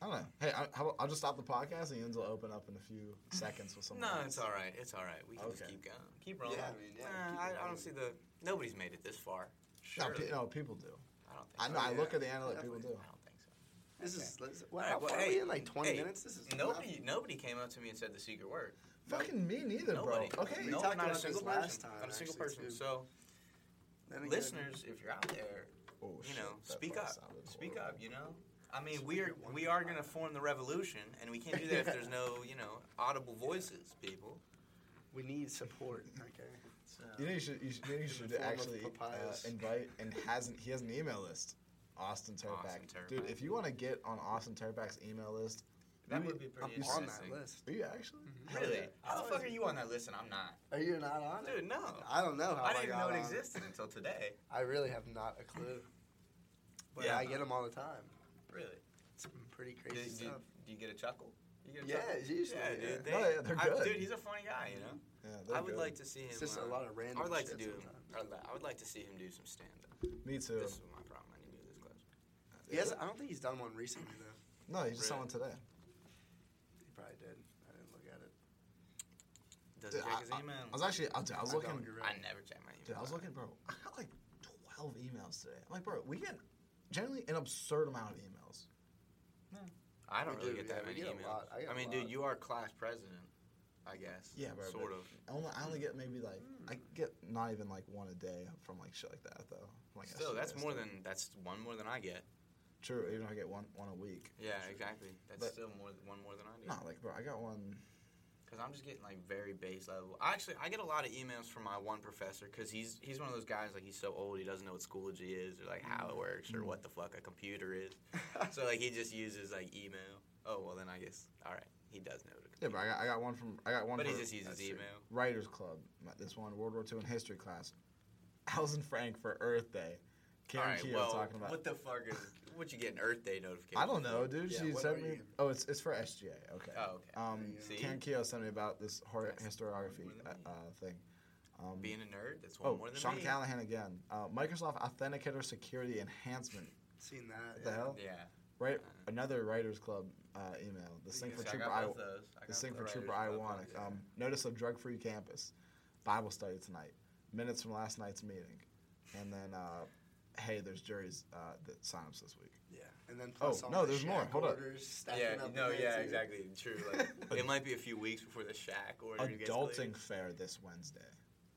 I don't know. Hey, I, how about- I'll just stop the podcast and Yins will open up in a few seconds with someone.
No,
else.
it's all right. It's all right. We can just
Okay.
keep going. Keep rolling.
Yeah, I mean, yeah,
Nah,
keep
I,
it
I
rolling.
don't see the. Nobody's made it this far.
No,
Surely.
pe- no, people do.
I don't think.
I
so.
know. I
yeah,
look at the analytics. People
definitely.
do.
I don't think so.
This
Okay.
is let's, wow.
Alright,
how
well,
far are
hey,
we in? Like 20
hey,
minutes? This is
Nobody,
nothing.
nobody came up to me and said the secret word.
Fucking me neither, bro.
nobody.
Okay.
We
no,
talked about
not a
this
single person.
last time,
not a single
actually,
person.
too.
So,
Then again,
listeners, if you're out there,
Oh,
you
shit,
know,
that
speak
fucking
up.
sounded
Speak
horrible.
up. You know. I mean,
Speak
we are
up one
we are
time.
going to form the revolution, and we can't do that if there's no you know audible voices, people.
we need support. Okay.
So.
You know, you should. You should, you should
form of
actually uh,
papayas.
invite and hasn't. He has an email list. Austin Turback.
Austin Turpak.
Dude, if you want to get on Austin Turback's email list,
That
you-
would be pretty
I'm on that
interesting.
list.
Are you actually? Hell
Mm-hmm. Really?
yeah.
How the
How
fuck
is
are
it?
you on that list and I'm not?
Are you not on it?
Dude, no.
I don't know how
I didn't even
got
know it
on
existed until today.
I really have not a clue. But
Yeah.
I get them all the time.
Really?
It's pretty
Do,
crazy
do-
stuff.
do you get a chuckle? You get a
Yeah,
chuckle?
it's usually.
Yeah,
yeah.
dude. They,
No, yeah, they're
I-
good.
dude, he's a funny guy, you know?
Yeah, they're
I
good.
would like to see him.
It's just
uh,
a lot of random.
I would like to
shit
do.
sometimes.
I would li- I would like to see him do some stand up.
Me too.
This is my problem. I need to do this class.
He has, I don't think he's done one recently though.
No, you just saw one
Really?
today.
He probably did. I didn't look at it.
Does
Dude,
he check
I,
his
I-
email?
I was actually. I, dude, I was
I don't,
looking.
you're
I
right.
never check my email.
Dude, I was looking, bro. I got like twelve emails today. I'm like, bro, we get generally an absurd amount of emails.
I don't
We
really
do,
get
yeah,
that
we
many
get a
emails.
lot. I get a
mean,
lot.
dude, you are class president, I guess.
Yeah, bro,
Sort of.
I only, I only get maybe like I get not even like one a day from like shit like that though. From, like
Still, that's
SGS.
more than that's one more than I get.
true. Even if I get one one a week.
Yeah, exactly. That's
But-
still more th- one more than I do.
No, like bro, I got one.
Because I'm just getting like very base level. Actually, I get a lot of emails from my one professor because he's he's one of those guys like he's so old he doesn't know what Schoology is or like how it works or
Mm.
what the fuck a computer is. so like he just uses like email. Oh well, then I guess all right he does know. What a
Yeah, but I got, I got one from I got one.
but he
for-
just uses
that's true.
email.
Writers Club. not This one, World War II in history class. Alison Frank for Earth Day. Karen
all right,
Keogh
well,
talking about.
what the fuck is what you get an Earth Day notification?
I don't know,
for?
dude.
Yeah,
she
what
sent
are
me.
you-
Oh, it's it's for SGA. Okay.
Oh okay.
Um,
See?
Karen Keogh sent me about this hor-
That's
historiography
more than
uh,
me.
uh, thing. Um,
Being a nerd, that's one
oh,
more than
Sean
me.
Callahan again. Uh, Microsoft Authenticator Security Enhancement.
Seen that?
What
yeah.
the hell?
Yeah.
Right.
Uh,
Another Writers Club uh, email. This thing
Yeah,
for
so I
Trooper
got
I.
both those. I
This
got
thing for
the
Trooper I.
writers' club
Want.
ones, yeah.
Um, notice of drug-free campus. Bible study tonight. Minutes from last night's meeting. And then, uh, hey, there's juries uh, that sign-ups this week.
Yeah. And then plus
Oh,
all
no,
the
there's
shack
more. Hold up.
orders, stacking
yeah,
up
no,
against
yeah,
it.
exactly. True. Like, it might be a few weeks before the shack or
Adulting fair this Wednesday.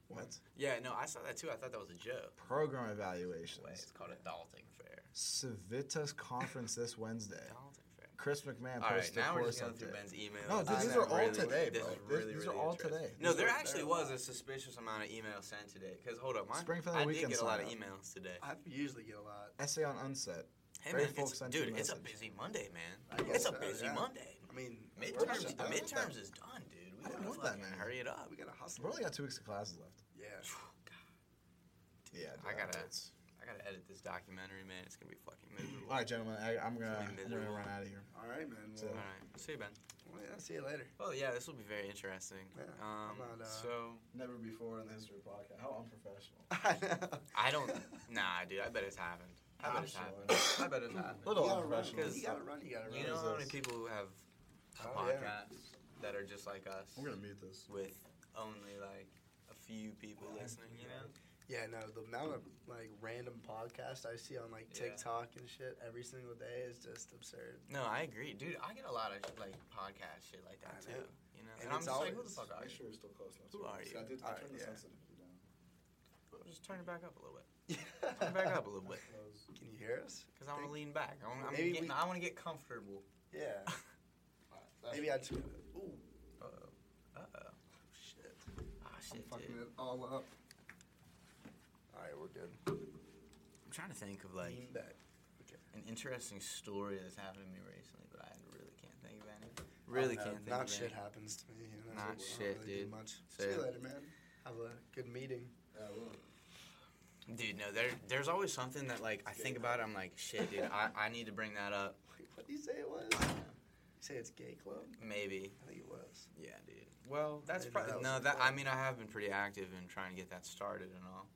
What?
Yeah, no, I saw that too. I thought that was a joke.
Program
Wait, it's
evaluations.
called adulting fair.
Civitas conference this Wednesday.
Adulting fair.
Chris McMahon
All right,
posted
now
a
we're
course
just going through
update.
Ben's email.
No, dude,
I
these
know,
are all
really,
today,
this
bro.
is
These-
really,
these are
really
all
interesting.
today.
No,
These
there
are
actually
fair
was a
ones.
suspicious amount of emails sent today. Because hold up, my,
Springfield
I did
Weekend
get a lot of
sign
emails today.
I usually get a lot.
Essay on Unset.
Hey
Very
man, it's-
folks sent you a
dude, it's a
message.
busy Monday,
I
man.
guess
It's a
so,
busy
yeah.
Monday.
I mean,
We're
Midterms,
just-
the
I don't
midterms is done, dude. We
I don't
gotta
want that
fucking
many.
hurry it up.
we gotta hustle.
We've only got two weeks of classes left.
Yeah.
Yeah,
I gotta-
it.
I gotta edit this documentary, man. It's gonna be fucking miserable.
All right, gentlemen, I, I'm gonna,
It's gonna be
I'm gonna
miserable.
run out of here.
All right, man.
So-
Well,
All right, see you, Ben.
well, yeah, see you later.
Well, yeah, this will be very interesting.
Yeah,
um,
I'm not, uh,
so
Never before in the history podcast. How unprofessional.
I know.
I don't. Nah, dude. I bet it's happened. I bet
I'm
it's
sure.
happened. I bet it's happened.
Little
you gotta run.
unprofessional.
You gotta run. You gotta run.
You know
What is
how many
this?
people who have a
Oh,
podcast
yeah.
that are just like us,
We're gonna mute this.
with only like a few people listening. You know.
Yeah, no, the amount of like random podcasts I see on like
Yeah.
TikTok and shit every single day is just absurd.
No, I agree, dude. I get a lot of like podcast shit like that
I
too.
know.
You know,
And
and, I'm
it's
just like, who the
always-
fuck are you?
sure we're still close enough.
Who are you?
I, did,
All right, yeah.
sensitivity down.
Just turn it back up a little bit. Turn it
Can
back up a little bit.
you hear us?
Because I want to lean back. I want, I'm
Maybe
getting,
we-
I want to get comfortable.
Yeah. Maybe I just. Ooh,
Uh-oh. Uh-oh.
shit.
Ah,
I'm
shit,
fucking
dude.
it all up. All right, we're good.
I'm trying to think of, like,
Lean back.
an interesting story that's happened to me recently, but I really can't think of any. Really
I don't know,
can't think
Not
of
shit
any.
happens to me. You know?
Not
I don't
shit,
really do
dude.
Much. See
So-
you later, man. Have a good meeting.
Dude, no, there, there's always something that, like, I think about it, I'm like, shit, dude, I, I need to bring that up.
Wait, what do you say it was? You say it's gay club?
Maybe.
I think it was.
Yeah, dude. Well,
I
that's
didn't know
probably
that was
no.
a
That I
thing.
mean, I have been pretty active in trying to get that started and all.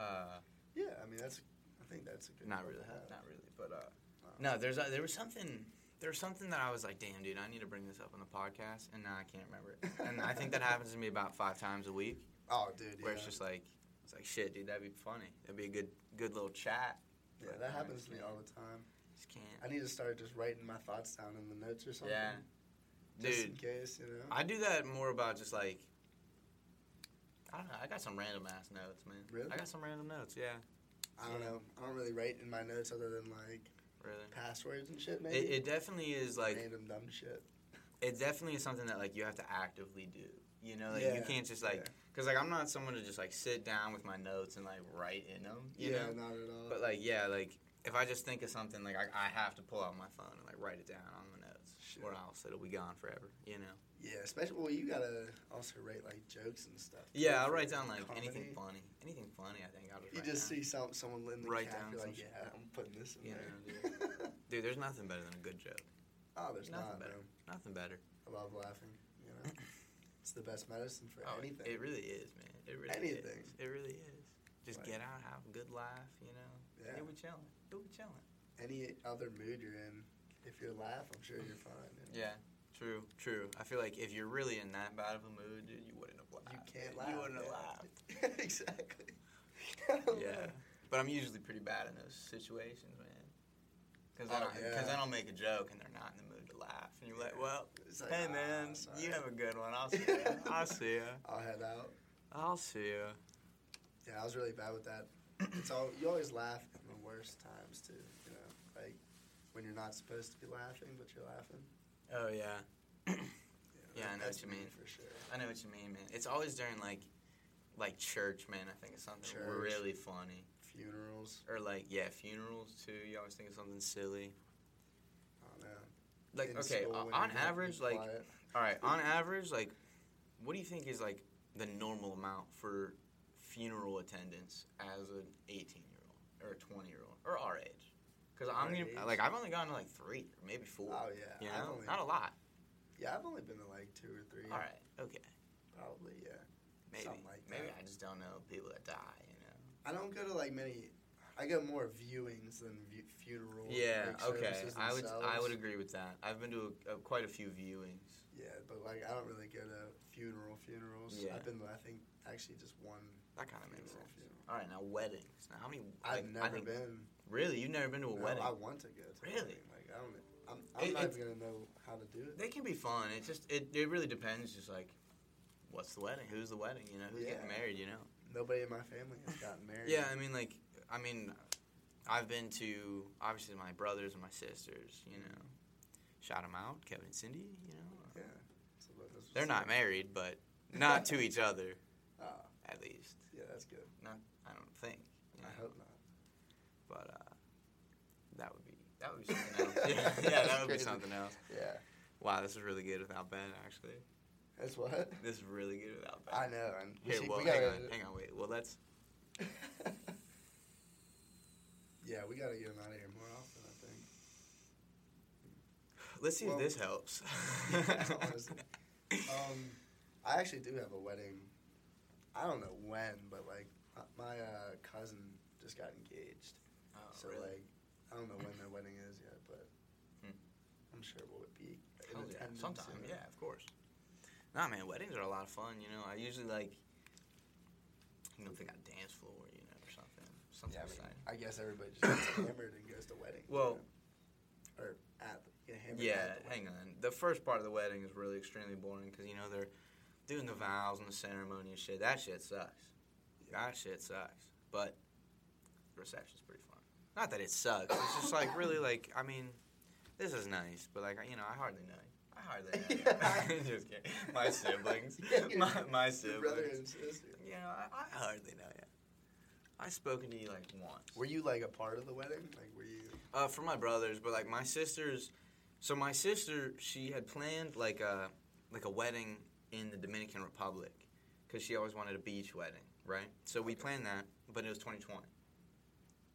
Uh,
Yeah, I mean that's. I think that's a good.
not
club
really,
to have.
not really. But uh, no, there's a, there was something. There was something that I was like, damn, dude, I need to bring this up on the podcast, and now I can't remember it. And I think that happens to me about five times a week,
Oh, dude.
where
Yeah.
it's just like, it's like, shit, dude, that'd be funny. That'd be a good, good little chat.
yeah, that happens to me all the time.
Just can't,
I need to start just writing my thoughts down in the notes or something.
Yeah.
Just in
dude.
case, you know.
I do that more about just like, I don't know. I got some random ass notes, man.
Really?
I got some random notes. Yeah,
I don't know. I don't really write in my notes other than like
really.
passwords and shit. Maybe
It, it definitely is like
random dumb shit.
it definitely is something that like you have to actively do. You know, like you
Yeah,
can't just like
yeah.
because like I'm not someone to just like sit down with my notes and like write in them. You
yeah,
know,
not at all.
but like yeah, like if I just think of something, like I, I have to pull out my phone and like write it down on my notes,
Shit.
or else it'll be gone forever. You know.
yeah, especially well, you gotta also write like jokes and stuff.
Yeah,
for
I'll write down like anything
comedy.
funny, anything funny. I think I'll just
You
write
just
down.
see some someone in the
Write
cap,
down
you're
some
like, yeah,
shit.
I'm putting this in
Yeah,
there.
Dude, there's nothing better than a good joke.
oh, there's not,
Nothing better.
man.
Nothing better.
I love laughing. You know, it's the best medicine for
Oh, it-
anything.
It really is, man. It really
Anything.
is. It really is. Just
Like-
get out, have a good life, you know.
yeah.
You'll be chilling. You'll be chilling.
Any other mood you're in, if you laugh, I'm sure you're fine. you know?
Yeah, true, true. I feel like if you're really in that bad of a mood, dude, you wouldn't have
You
laughed.
can't
dude.
laugh.
Uh, You wouldn't have laughed.
yeah. exactly. I don't
Yeah.
know.
But I'm usually pretty bad in those situations, man. Because then,
Oh,
I-
yeah.
'cause then I'll make a joke and they're not in the mood to laugh. And you're like,
Yeah.
well,
It's like,
hey,
ah,
man,
sorry.
you have a good one. I'll see ya. I'll see ya.
I'll head out.
I'll see ya.
Yeah, I was really bad with that. It's all you always laugh in the worst times too. You know, like when you're not supposed to be laughing, but you're laughing.
Oh, yeah. Yeah,
that-
I know
that's
what you
me
mean.
for sure.
I know what you mean, man. It's always during like, like church, man. I think it's something
Church.
really funny,
Funerals.
or like yeah, funerals too. You always think of something silly.
I don't know.
Like
In
okay,
school
o-
when you
on
have to be
average, like
quiet.
all right, on average, like what do you think is like the normal amount for funeral attendance as an 18 year old or a 20 year old or our age? Because I'm
Our
gonna,
age?
like I've only gone to like three or maybe four.
Oh yeah.
you
I've
know,
only,
not a lot.
yeah, I've only been to like two or three.
All right, okay,
Probably yeah.
maybe
Something like
maybe
that.
I just don't know people that die. You know.
I don't go to like many. I go more viewings than vu- funeral.
Yeah.
like,
Okay.
services
I would. I
themselves.
would agree with that. I've been to a, a, quite a few viewings.
Yeah, but like I don't really go to funeral funerals.
Yeah.
I've been to, I think actually just one.
That kind of makes
funeral
sense.
funeral.
All right. Now weddings. Now how many?
I've
like,
never
I think-
been.
Really, you've never been to a
No,
wedding?
I want to go. To a
Really?
wedding. Like I don't. I'm, I'm
It-
not
it's-
even gonna know how to do it.
they can be fun. It just it, it really depends. Just like, what's the wedding? Who's the wedding? You know, who's
Yeah.
getting married? You know.
Nobody in my family has gotten married.
Yeah. I mean, like, I mean, I've been to obviously my brothers and my sisters. You know, shout them out, Kevin and Cindy. You know,
Yeah. So that- that's
they're
what's
not
up.
married, but not to each other
Ah,
at least.
yeah, that's good.
I don't think. you know.
I hope not.
but uh, that would be that would be something else. yeah, yeah, that would be
Crazy.
something else.
Yeah.
Wow, this is really good without Ben. Actually,
That's what.
this is really good without Ben.
I know. And we
Here,
should-
well,
we
hang
gotta-
on, hang on, wait. Well, let's.
yeah, we gotta get him out of here more often. I think.
Let's see
Well-
if this helps.
Honestly. Um, I actually do have a wedding. I don't know when, but like my- my uh, cousin just got engaged,
oh,
so
really?
like I don't know when their wedding is yet, but
Hmm.
I'm sure we'll be in
Hell yeah.
attendance.
Sometime,
you know.
yeah, of course. Nah, man, weddings are a lot of fun. You know, I usually like, you know, if they got a dance floor, you know, or something, something
Yeah, I mean,
exciting.
I guess everybody just gets hammered and goes to weddings. you
Well-
know? or at the, get hammered
Yeah,
at the
hang on. The first part of the wedding is really extremely boring because you know they're doing the vows and the ceremony and shit. That shit sucks. that shit sucks. But the reception's pretty fun. Not that it sucks. It's just like really like I mean, this is nice, but like you know, I hardly know you. I hardly know you.
Yeah.
just kidding. My siblings.
Yeah, your-
my my
Your brother
siblings.
and sister.
You know, I, I hardly know you. I've spoken to you like once.
Were you like a part of the wedding? Like, were you?
Uh, for my brothers, but like my sisters. So my sister, she had planned like a like a wedding in the Dominican Republic because she always wanted a beach wedding, right? So we planned that, but it was 2020,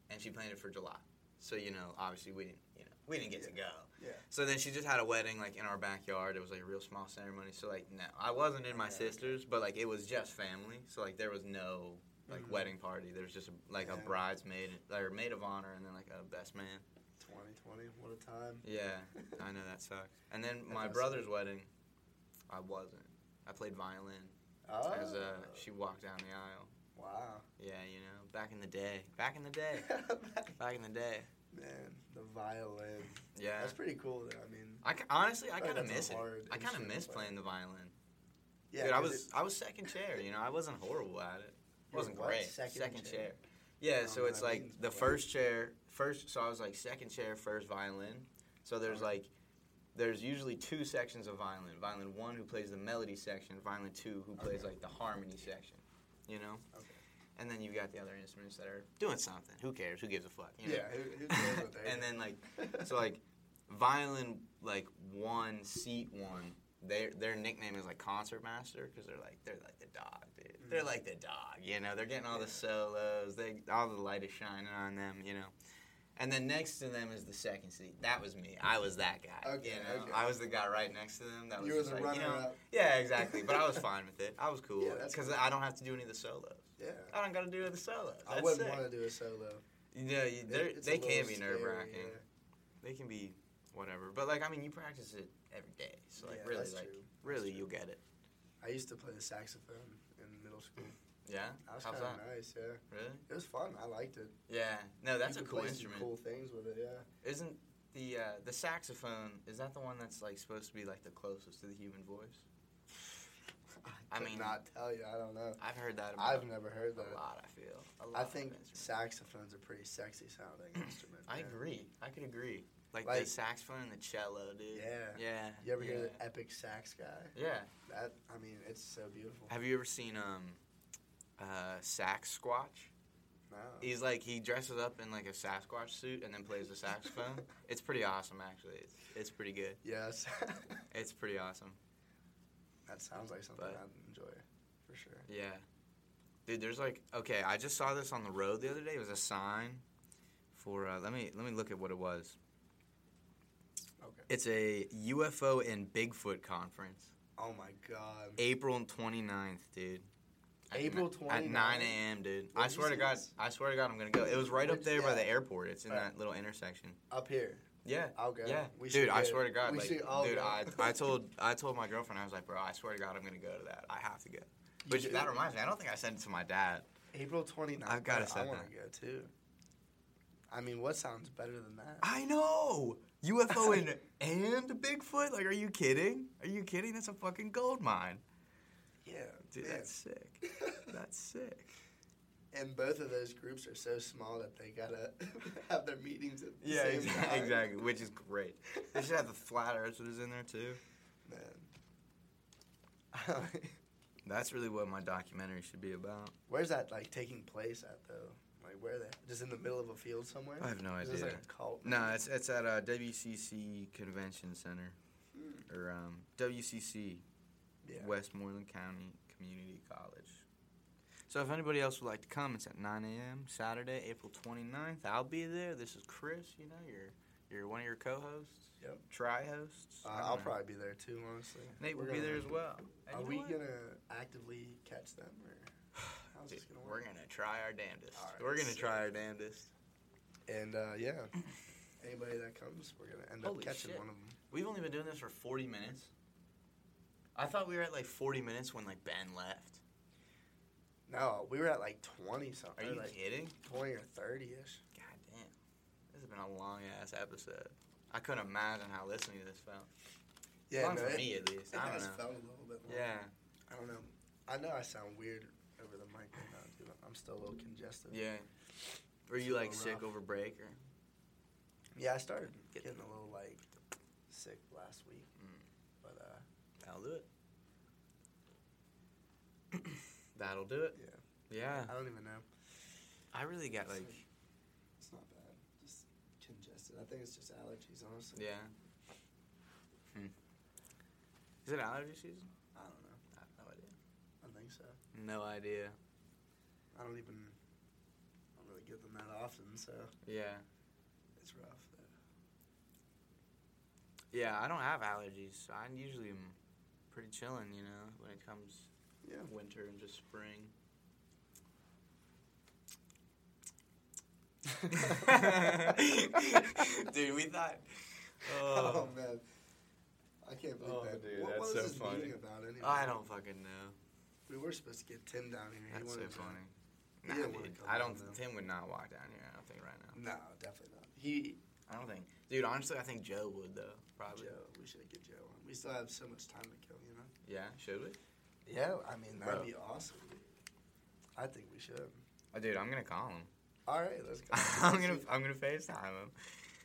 and she planned it for July. So you know, obviously we didn't, you know, we didn't get to go.
Yeah.
So then she just had a wedding like in our backyard. It was like a real small ceremony. So like no, I wasn't in my
Yeah.
sister's, but like it was just family. So like there was no like
Mhm.
wedding party. There was just like a
Yeah.
bridesmaid or maid of honor, and then like a best man.
2020. What a time.
Yeah, I know that sucks. And then
That
my
does
brother's wedding, I wasn't. I played violin
Oh.
as uh, she walked down the aisle.
wow.
Yeah, you know, back in the day. Back in the day. back in the day.
Man, the violin.
Yeah.
That's pretty cool. Though. I mean,
I ca- honestly, I
feel like
kind of
that's a
miss it.
hard
I kind of
instrument to
miss
play.
playing the violin.
yeah.
Dude, I
'cause
was
it-
I was second chair. You know, I wasn't horrible at it. It
You
wasn't
were what?
great.
Second
Second,
chair?
chair. Yeah,
Um,
so it's
that
like
means
the
what?
first chair, first. So I was like second chair, first violin. So there's
Uh-huh.
like, there's usually two sections of violin. Violin one who plays the melody section. Violin two who plays
Okay.
like the harmony section. You know.
Okay.
And then you've got the other instruments that are doing something. Who cares? Who gives a fuck? You know?
yeah. Who, who cares what they
and then like so like violin like one seat one their their nickname is like concert master because they're like they're like the dog dude
Mm.
they're like the dog you know they're getting all the solos they all the light is shining on them you know and then next to them is the second seat that was me i was that guy
Okay,
you know?
okay.
i was the guy right next to them that was
you were
just
the
like, you
runner
know,
up.
yeah exactly but i was fine with it i was cool
Yeah, that's
because
cool.
i don't have to do any of the solos
Yeah.
i don't gotta do the solos
I
That's
wouldn't
sick.
want to do a solo.
You know, you,
It-
they're-
it's a
they can
little
be
scary,
nerve wracking
yeah.
they can be whatever. But like I mean, you practice it every day, so like
Yeah,
really,
that's
like
true.
really, you'll get it.
I used to play the saxophone in middle school.
Yeah,
That was
How's
kind
that?
of nice. Yeah.
really?
It was fun. I liked it.
Yeah, no, that's
You
a
could
cool
play some
instrument.
Cool things with it. Yeah.
Isn't the uh, the saxophone? Is that the one that's like supposed to be like the closest to the human voice? I
Could
mean-
not tell you. I don't know.
I've heard that. About
I've never heard
a
that.
lot. I feel. A lot
I
of
think
instruments.
saxophone's a pretty sexy sounding instrument.
I
yeah.
agree. I could agree. Like,
Like-
the saxophone and the cello, dude.
Yeah.
Yeah.
You ever
yeah.
hear the epic sax guy?
Yeah.
That I mean, it's so beautiful.
Have you ever seen um, uh, Sax Squatch?
No.
He's like he dresses up in like a Sasquatch suit and then plays the saxophone. it's pretty awesome, actually. It's, it's pretty good.
Yes.
It's pretty awesome.
that sounds like something
But-
I'd enjoy, for sure.
Yeah, dude. There's like okay, I just saw this on the road the other day. It was a sign for uh, let me let me look at what it was.
Okay.
It's a UFO and Bigfoot conference,
Oh my God.
April 29th, dude. At ni-
April
at 9
29th?
a.m., dude.
Where'd
I
you
swear to
see
God,
this?
I swear to God, I'm gonna go. It was right up
Which-
there by
yeah.
the airport. It's in
Right.
that little intersection.
Up here.
Yeah.
I'll go.
Yeah,
We should
dude, I
get-
swear to God,
we
like,
should all
dude,
go.
I, I told I told my girlfriend, I was like, bro, I swear to God, I'm gonna go to that. I have to go. Which
should.
that reminds me, I don't think I sent it to my dad.
April 29th.
I've gotta
bro, I
send
want
that.
to go too. I mean, what sounds better than that?
I know UFO and and Bigfoot. Like, are you kidding? Are you kidding? That's a fucking gold mine,
yeah,
dude.
man.
That's sick. That's sick.
and both of those groups are so small that they gotta have their meetings at the
Yeah,
same
exactly,
time.
exactly. Which is great. They should have the flat earthers in there too.
Man,
That's really what my documentary should be about.
where's that like taking place at though? Like where they just in the middle of a field somewhere?
I have no
Is this
idea.
like a cult?
No, it's it's at uh, WCC Convention Center
Hmm.
or um, WCC
yeah.
Westmoreland County Community College. So if anybody else would like to come, it's at 9 a.m. Saturday, April 29th. I'll be there. This is Chris. You know, you're you're one of your co-hosts.
Yep.
Tri-hosts.
Uh,
I don't
I'll
know.
probably be there too, honestly.
Nate
We're
will be
gonna-
there as well. And
Are
you know
we
what?
gonna actively catch them or how's
Dude,
this gonna
we're
work?
gonna try our damnedest.
All right,
we're gonna
sick.
try our damnedest.
And uh, yeah, anybody that comes, we're gonna end
Holy
up catching
shit.
one of them.
We've only been doing this for 40 minutes. I thought we were at like 40 minutes when like Ben left.
No, we were at like twenty
Are
something,
you
like
kidding?
twenty or thirty ish.
God damn. This has been a long ass episode. I couldn't imagine how listening to this felt.
Yeah,
long
no,
for
it,
me at least.
it
I don't
has
know.
felt a little bit. Longer.
Yeah.
I don't know. I know I sound weird over the mic right now, dude. I'm still a little congested.
Yeah. Were
It's
you
a
like
little
sick
rough.
over break or?
Yeah, I started
Get-
getting a little like sick last week,
Mm.
but uh,
That'll do it. That'll do it.
yeah,
Yeah.
I don't even know.
I really got
It's
like
It's not bad. Just congested. I think it's just allergies, honestly.
yeah. Hmm. Is it allergy season?
I don't know.
I have no idea.
I think so.
No idea.
I don't even. I don't really get them that often, so
Yeah.
it's rough. though.
Yeah, I don't have allergies. So I usually am pretty chilling, you know, when it comes
Yeah.
winter and just spring. Dude, we thought.
Oh,
Oh,
man, I can't believe
Oh,
that.
dude,
what,
that's
what was
so
this
funny.
meeting about anyway?
I don't fucking know.
We were supposed to get Tim down here. He
That's so
wanted to-
funny.
He
Nah,
didn't wanna
dude,
come
I
down,
don't.
though.
Tim would not walk down here. I don't think right now.
No, definitely not. He,
I don't think. Dude, honestly, I think Joe would though. Probably.
Joe, we should get Joe on. We still have so much time to kill, you know.
Yeah. Should we?
Yeah, I mean that'd
Bro.
be awesome. I think we should.
Oh, dude, I'm gonna call him.
All right, let's go.
I'm gonna. I'm gonna FaceTime him.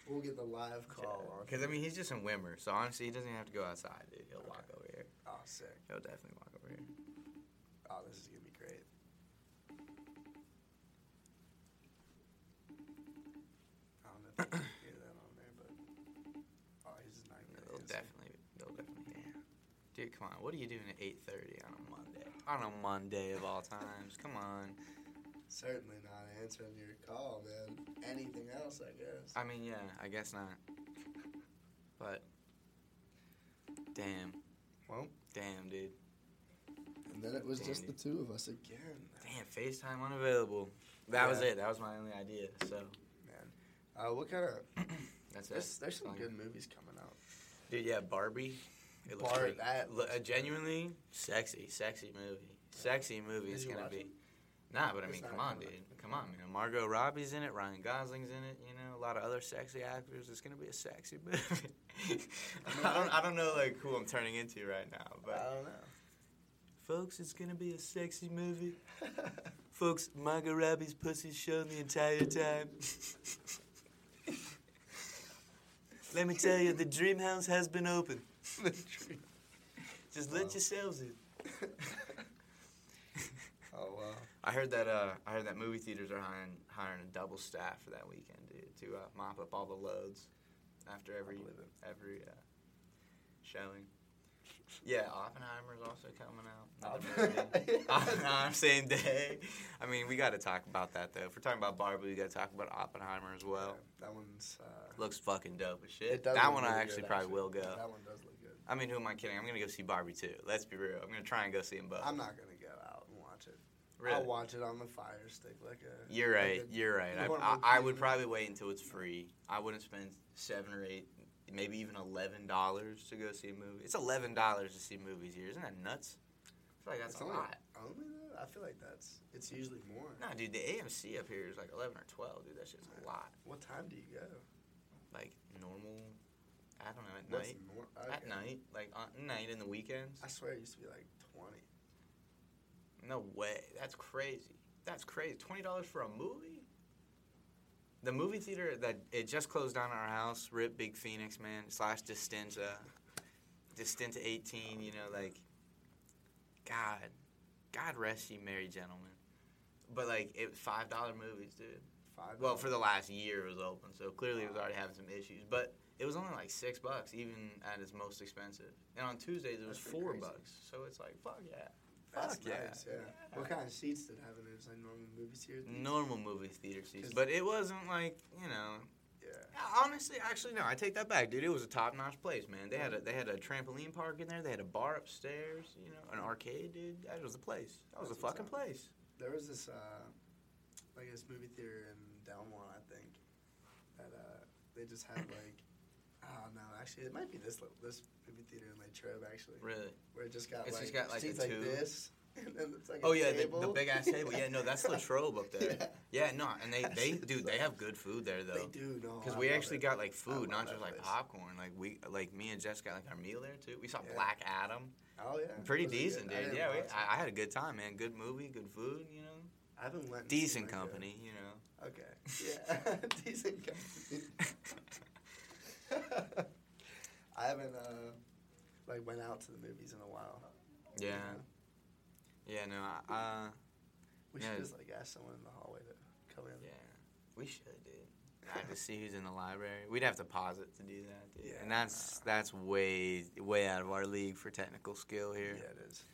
We'll get the live call on.
Because I mean, he's just in Wimmer, so honestly, he doesn't have to go outside, dude. He'll walk
Okay.
over here.
Oh, sick.
He'll definitely walk over here.
Oh, this is gonna be great. I don't know if I can hear that on there, but oh, he's just not
Yeah,
gonna
they'll
answer.
definitely. They'll definitely. Yeah. Dude, come on. What are you doing at 8:30 on a Monday? On a Monday of all times. Come on.
Certainly not answering your call, man. Anything else, I guess.
I mean, yeah. I guess not. But. Damn.
Well.
Damn, dude.
And then it was just the
Dandy.
two of us again.
Damn. FaceTime unavailable. That was
Yeah.
it. That was my only idea. So.
Man, uh, what kind of?
That's
There's,
it.
there's some
Fine.
good movies coming out.
Dude, yeah, Barbie. It looks
Bar-
pretty-
that
Uh, Look,
looks
a genuinely sexy, sexy movie. Sexy movie
Did
it's
you
gonna
watch
be.
it?
Nah, but I
It's
mean,
not
come on,
coming
dude.
up.
Come on, man. Margot Robbie's in it. Ryan Gosling's in it. You know, a lot of other sexy actors. It's gonna be a sexy movie. I don't, I don't know like who I'm turning into right now, but
I don't
folks, it's gonna be a sexy movie.
know.
Folks, Margot Robbie's pussy's shown the entire time. Let me tell you, the dream house has been open.
The tree.
Just
Wow.
let yourselves in.
oh wow.
I heard that uh, I heard that movie theaters are hiring hiring a double staff for that weekend, dude, to uh, mop up all the loads after every
believe it.
every uh, showing. Yeah, Oppenheimer's also coming out. Another movie. Oppenheimer,
Oppenheimer.
same day. I mean, we got to talk about that though. If we're talking about Barbie, we got to talk about Oppenheimer as well.
that one's. Uh,
Looks fucking dope as shit.
it does
That
look
one I
really
actually
good,
probably will go.
That one does look good.
I mean, who am I kidding? I'm gonna go see Barbie too. Let's be real. I'm gonna try and go see them both.
I'm not gonna go out and watch it. I'll
Really?
watch it on the fire stick like a.
You're
like
right.
a-
You're right.
you
I,
want
I,
more
I
premium?
would probably wait until it's free. I wouldn't spend seven or eight, maybe even eleven dollars to go see a movie. It's eleven dollars to see movies here. Isn't that nuts? I feel like that's
It's
a
only-
lot.
Only though? I feel like that's. It's usually more.
No, dude, the AMC up here is like eleven or twelve. Dude, that shit's a lot.
What time do you go?
Like normal, I don't know at
What's
night.
more?
At night, like on night in the weekends.
I swear it used to be like twenty.
No way. That's crazy. That's crazy. Twenty dollars for a movie? The movie theater that it just closed down in our house, Rip Big Phoenix, man, slash Distinta. Distinta eighteen, you know, like God. God rest you merry gentlemen. But like it was five dollar movies, dude.
Five.
Well, for the last year it was open, so clearly it was already having some issues. But it was only like six bucks, even at its most expensive. And on Tuesdays it was
That's pretty
four
crazy.
bucks. So it's like, fuck yeah.
That's
Fuck yeah.
nice, yeah. What kind of seats did it have in it? It was like normal movie theater. things?
normal movie theater seats,
'Cause-
but it wasn't like you know.
Yeah.
Honestly, actually, no, I take that back, dude. It was a top notch place, man. They had a they had a trampoline park in there. They had a bar upstairs, you know, an arcade, dude. That was a place. That was
That's
a fucking
what's up.
place.
There was this, uh, like this movie theater in Delmar, I think, that uh, they just had like, oh no, actually it might be this lo- this movie theater in Latrobe actually,
Really?
where it just got
It's
like
just got, like, a
seats
tube.
like this, and then it's like
Oh
a
yeah, the,
table.
the big ass table. Yeah, no, that's Latrobe up there.
Yeah.
Yeah, no, and they
That
they
shit's
dude, they
like-
have good food there
They
though.
do no,
Because
I
we
love
actually
it.
got like
I
food,
love
not
that
just like
place.
popcorn. Like we, like me and Jess got like our meal there too. We saw
Yeah.
Black Adam.
Oh yeah.
Pretty
Those are good.
decent,
I
dude.
didn't
Yeah, we,
watch it.
I, I had a good time, man. Good movie, good food, you know.
I haven't went. and seen
Decent
like a-
company, you know.
Okay. Yeah. Decent company. I haven't uh, like went out to the movies in a while.
yeah, yeah. No, I- uh,
We
Yeah.
should just like ask someone in the hallway to come in.
yeah. We should, dude. I have to see who's in the library. We'd have to pause it to do that, dude. And that's that's way way out of our league for technical skill here.
Yeah, it is.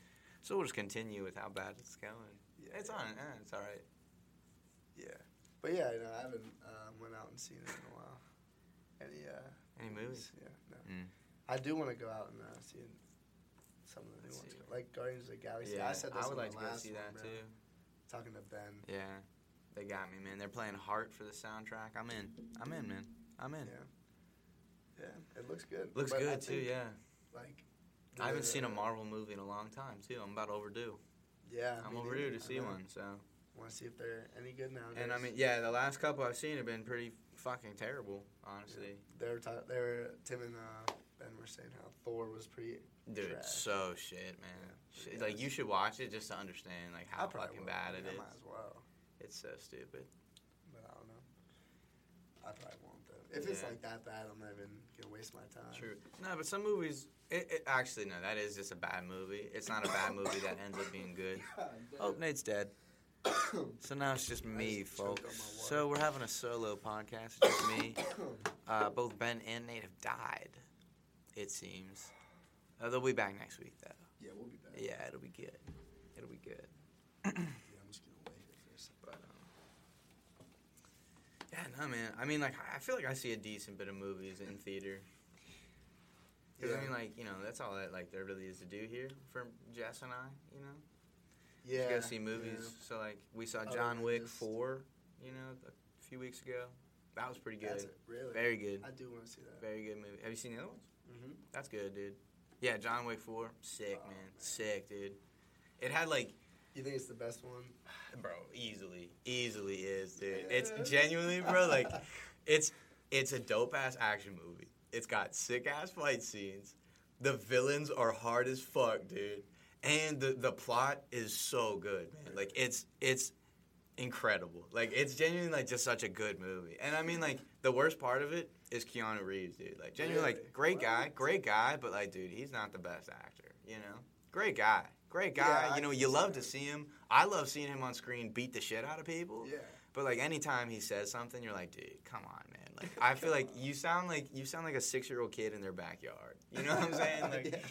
So we'll just continue with how bad it's going.
Yeah.
It's on. eh, It's all right.
Yeah. But yeah, no, I haven't uh, went out and seen it in a while. Any uh,
Any movies?
Yeah, no.
Mm.
I do want to go out and uh, see some of the new
Let's
ones,
see.
like Guardians of the Galaxy. I said this
would
on
like
the
to go
last
see
one,
that
bro.
too.
Talking to Ben.
Yeah, they got me, man. They're playing Heart for the soundtrack. I'm in. I'm in, man. I'm in.
Yeah. Yeah, it looks good.
Looks
But I
good too.
think,
Yeah,
Like.
I haven't seen a
the-
Marvel movie in a long time too. I'm about overdue.
Yeah,
I'm overdue to see one. So,
Want to see if they're any good now?
and I mean, yeah, the last couple I've seen have been pretty fucking terrible, honestly.
they were ta- they were Tim and uh, Ben were saying how Thor was pretty.
Dude,
Trash.
so shit, man.
Yeah,
Shit,
yeah,
like
it's-
you should watch it just to understand like
I
how
probably
fucking
will.
bad
I
it
mean, I
is.
might as well,
It's so stupid.
but I don't know. I probably won't though. If it's
Yeah.
like that bad, I'm not even gonna waste my time.
True. No, but some movies. It, it, actually, no, that is just a bad movie. It's not a bad movie that ends up being good. Oh, Nate's dead. So now it's just me,
just choked on
folks.
my water.
So we're having a solo podcast, just me. Uh, both Ben and Nate have died, it seems. Uh, they'll be back next week, though.
yeah, we'll be back.
Yeah, it'll be good. It'll be good.
Yeah, I'm just gonna wait here for a second.
But um, yeah, no, man. I mean, like, I- I feel like I see a decent bit of movies in theater. Because
Yeah.
I mean, like, you know, that's all that like there really is to do here for Jess and I. You know,
yeah,
to go see movies. So like, we saw
Other
John
than
Wick
just-
four. You know, a few weeks ago. That was pretty
Yeah. That's
good.
it, really.
Very good.
I do want to see that.
Very good movie. Have you seen the other ones?
Mm-hmm.
That's good, dude. Yeah, John Wick four. Sick,
Oh,
man.
man.
Sick, dude. It had like
You think it's the best one?
bro easily easily is dude it's
Yeah.
genuinely bro like it's it's a dope ass action movie it's got sick ass fight scenes the villains are hard as fuck dude and the the plot is so good man like it's it's incredible like it's genuinely like just such a good movie and i mean like the worst part of it is keanu reeves dude like genuinely
Really?
like great guy
What?
great guy but like dude he's not the best actor you know great guy great guy
Yeah, I
you know
can
you
see
love
that.
to see him I love seeing him on screen beat the shit out of people.
Yeah.
But like anytime he says something, you're like, dude, come on, man. Like I feel
Come
like
on.
you sound like you sound like a six year old kid in their backyard. You know what I'm saying? Like,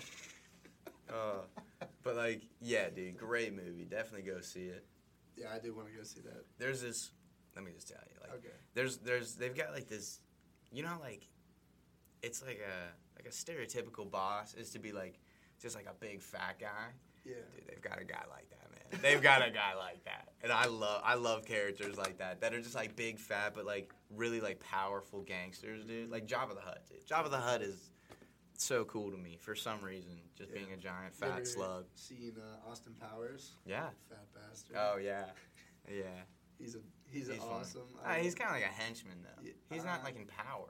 Yeah.
uh, but like, yeah, dude, great movie. Definitely go see it.
Yeah, I do want to go see that.
There's this. Let me just tell you, like,
Okay.
there's there's they've got like this, you know, how, like, it's like a like a stereotypical boss is to be like just like a big fat guy.
Yeah.
Dude, they've got a guy like that, man. They've got a guy like that, and I love I love characters like that that are just like big fat but like really like powerful gangsters, dude. Like Jabba the Hutt, dude. Jabba the Hutt is so cool to me for some reason, just
Yeah.
being a giant
You
fat
ever
slug.
Seen uh, Austin Powers?
Yeah.
Fat bastard.
Oh yeah. Yeah.
He's a he's, a
He's funny.
awesome.
Uh,
I
he's
love-
kind of like a henchman though.
Yeah.
He's not
Uh,
like in power.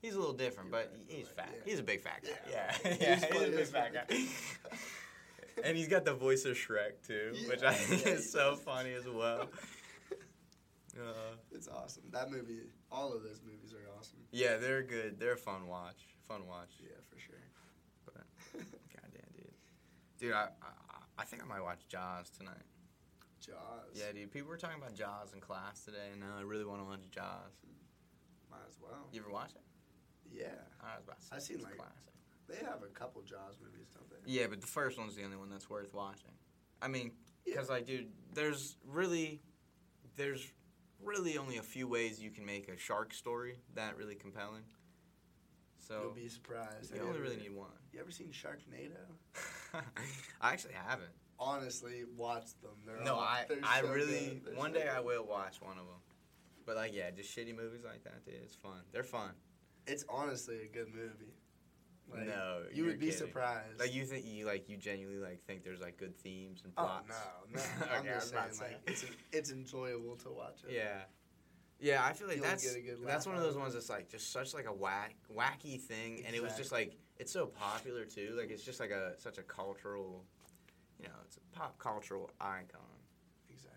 He's a little different,
You're
but
right,
he's
you're right,
fat.
yeah.
He's a big fat guy. Yeah.
Yeah.
Yeah.
He's
he's,
funny
a big
as
fat
fuck.
guy. and he's got the voice of Shrek too, which
Yeah.
I think
Yeah, he
is so
does.
funny as well. Uh,
it's awesome. That movie, all of those movies are awesome.
yeah, they're good. They're a fun watch. Fun watch.
Yeah, for sure.
But goddamn, dude. Dude, I, I I think I might watch Jaws tonight.
Jaws.
Yeah, dude. People were talking about Jaws in class today, and now I really want to watch Jaws.
might as well.
You ever watch it?
Yeah,
I was about to say
I've seen,
it's
like,
classic.
they have a couple Jaws movies, don't they?
Yeah, but the first one's the only one that's worth watching. I mean,
Yeah.
because like, dude, there's really, there's really only a few ways you can make a shark story that really compelling.
You'll
So
be surprised.
you
Have
only
ever-
really need one.
You ever seen Sharknado?
I actually haven't.
Honestly, watch them. They're
no,
all-
I
they're
I
so
really
good. They're
one
so
day I
good.
will watch one of them. But like, yeah, just shitty movies like that, dude. It's fun. They're fun.
It's honestly a good movie. Like,
no,
you
you're
would be
kidding.
surprised.
Like you think you like you genuinely like think there's like good themes and
oh
plots.
no, no.
Okay,
I'm
I was
just
about
saying,
to
like
say.
it's it's enjoyable to watch it.
Yeah. Yeah, I feel like
You'll
that's
get a good
that's
laugh
one of those
out
ones that's like just such like a whack wacky thing, and it was just like it's so popular too. Like it's just like a such a cultural, you know, it's a pop cultural icon.
Exactly.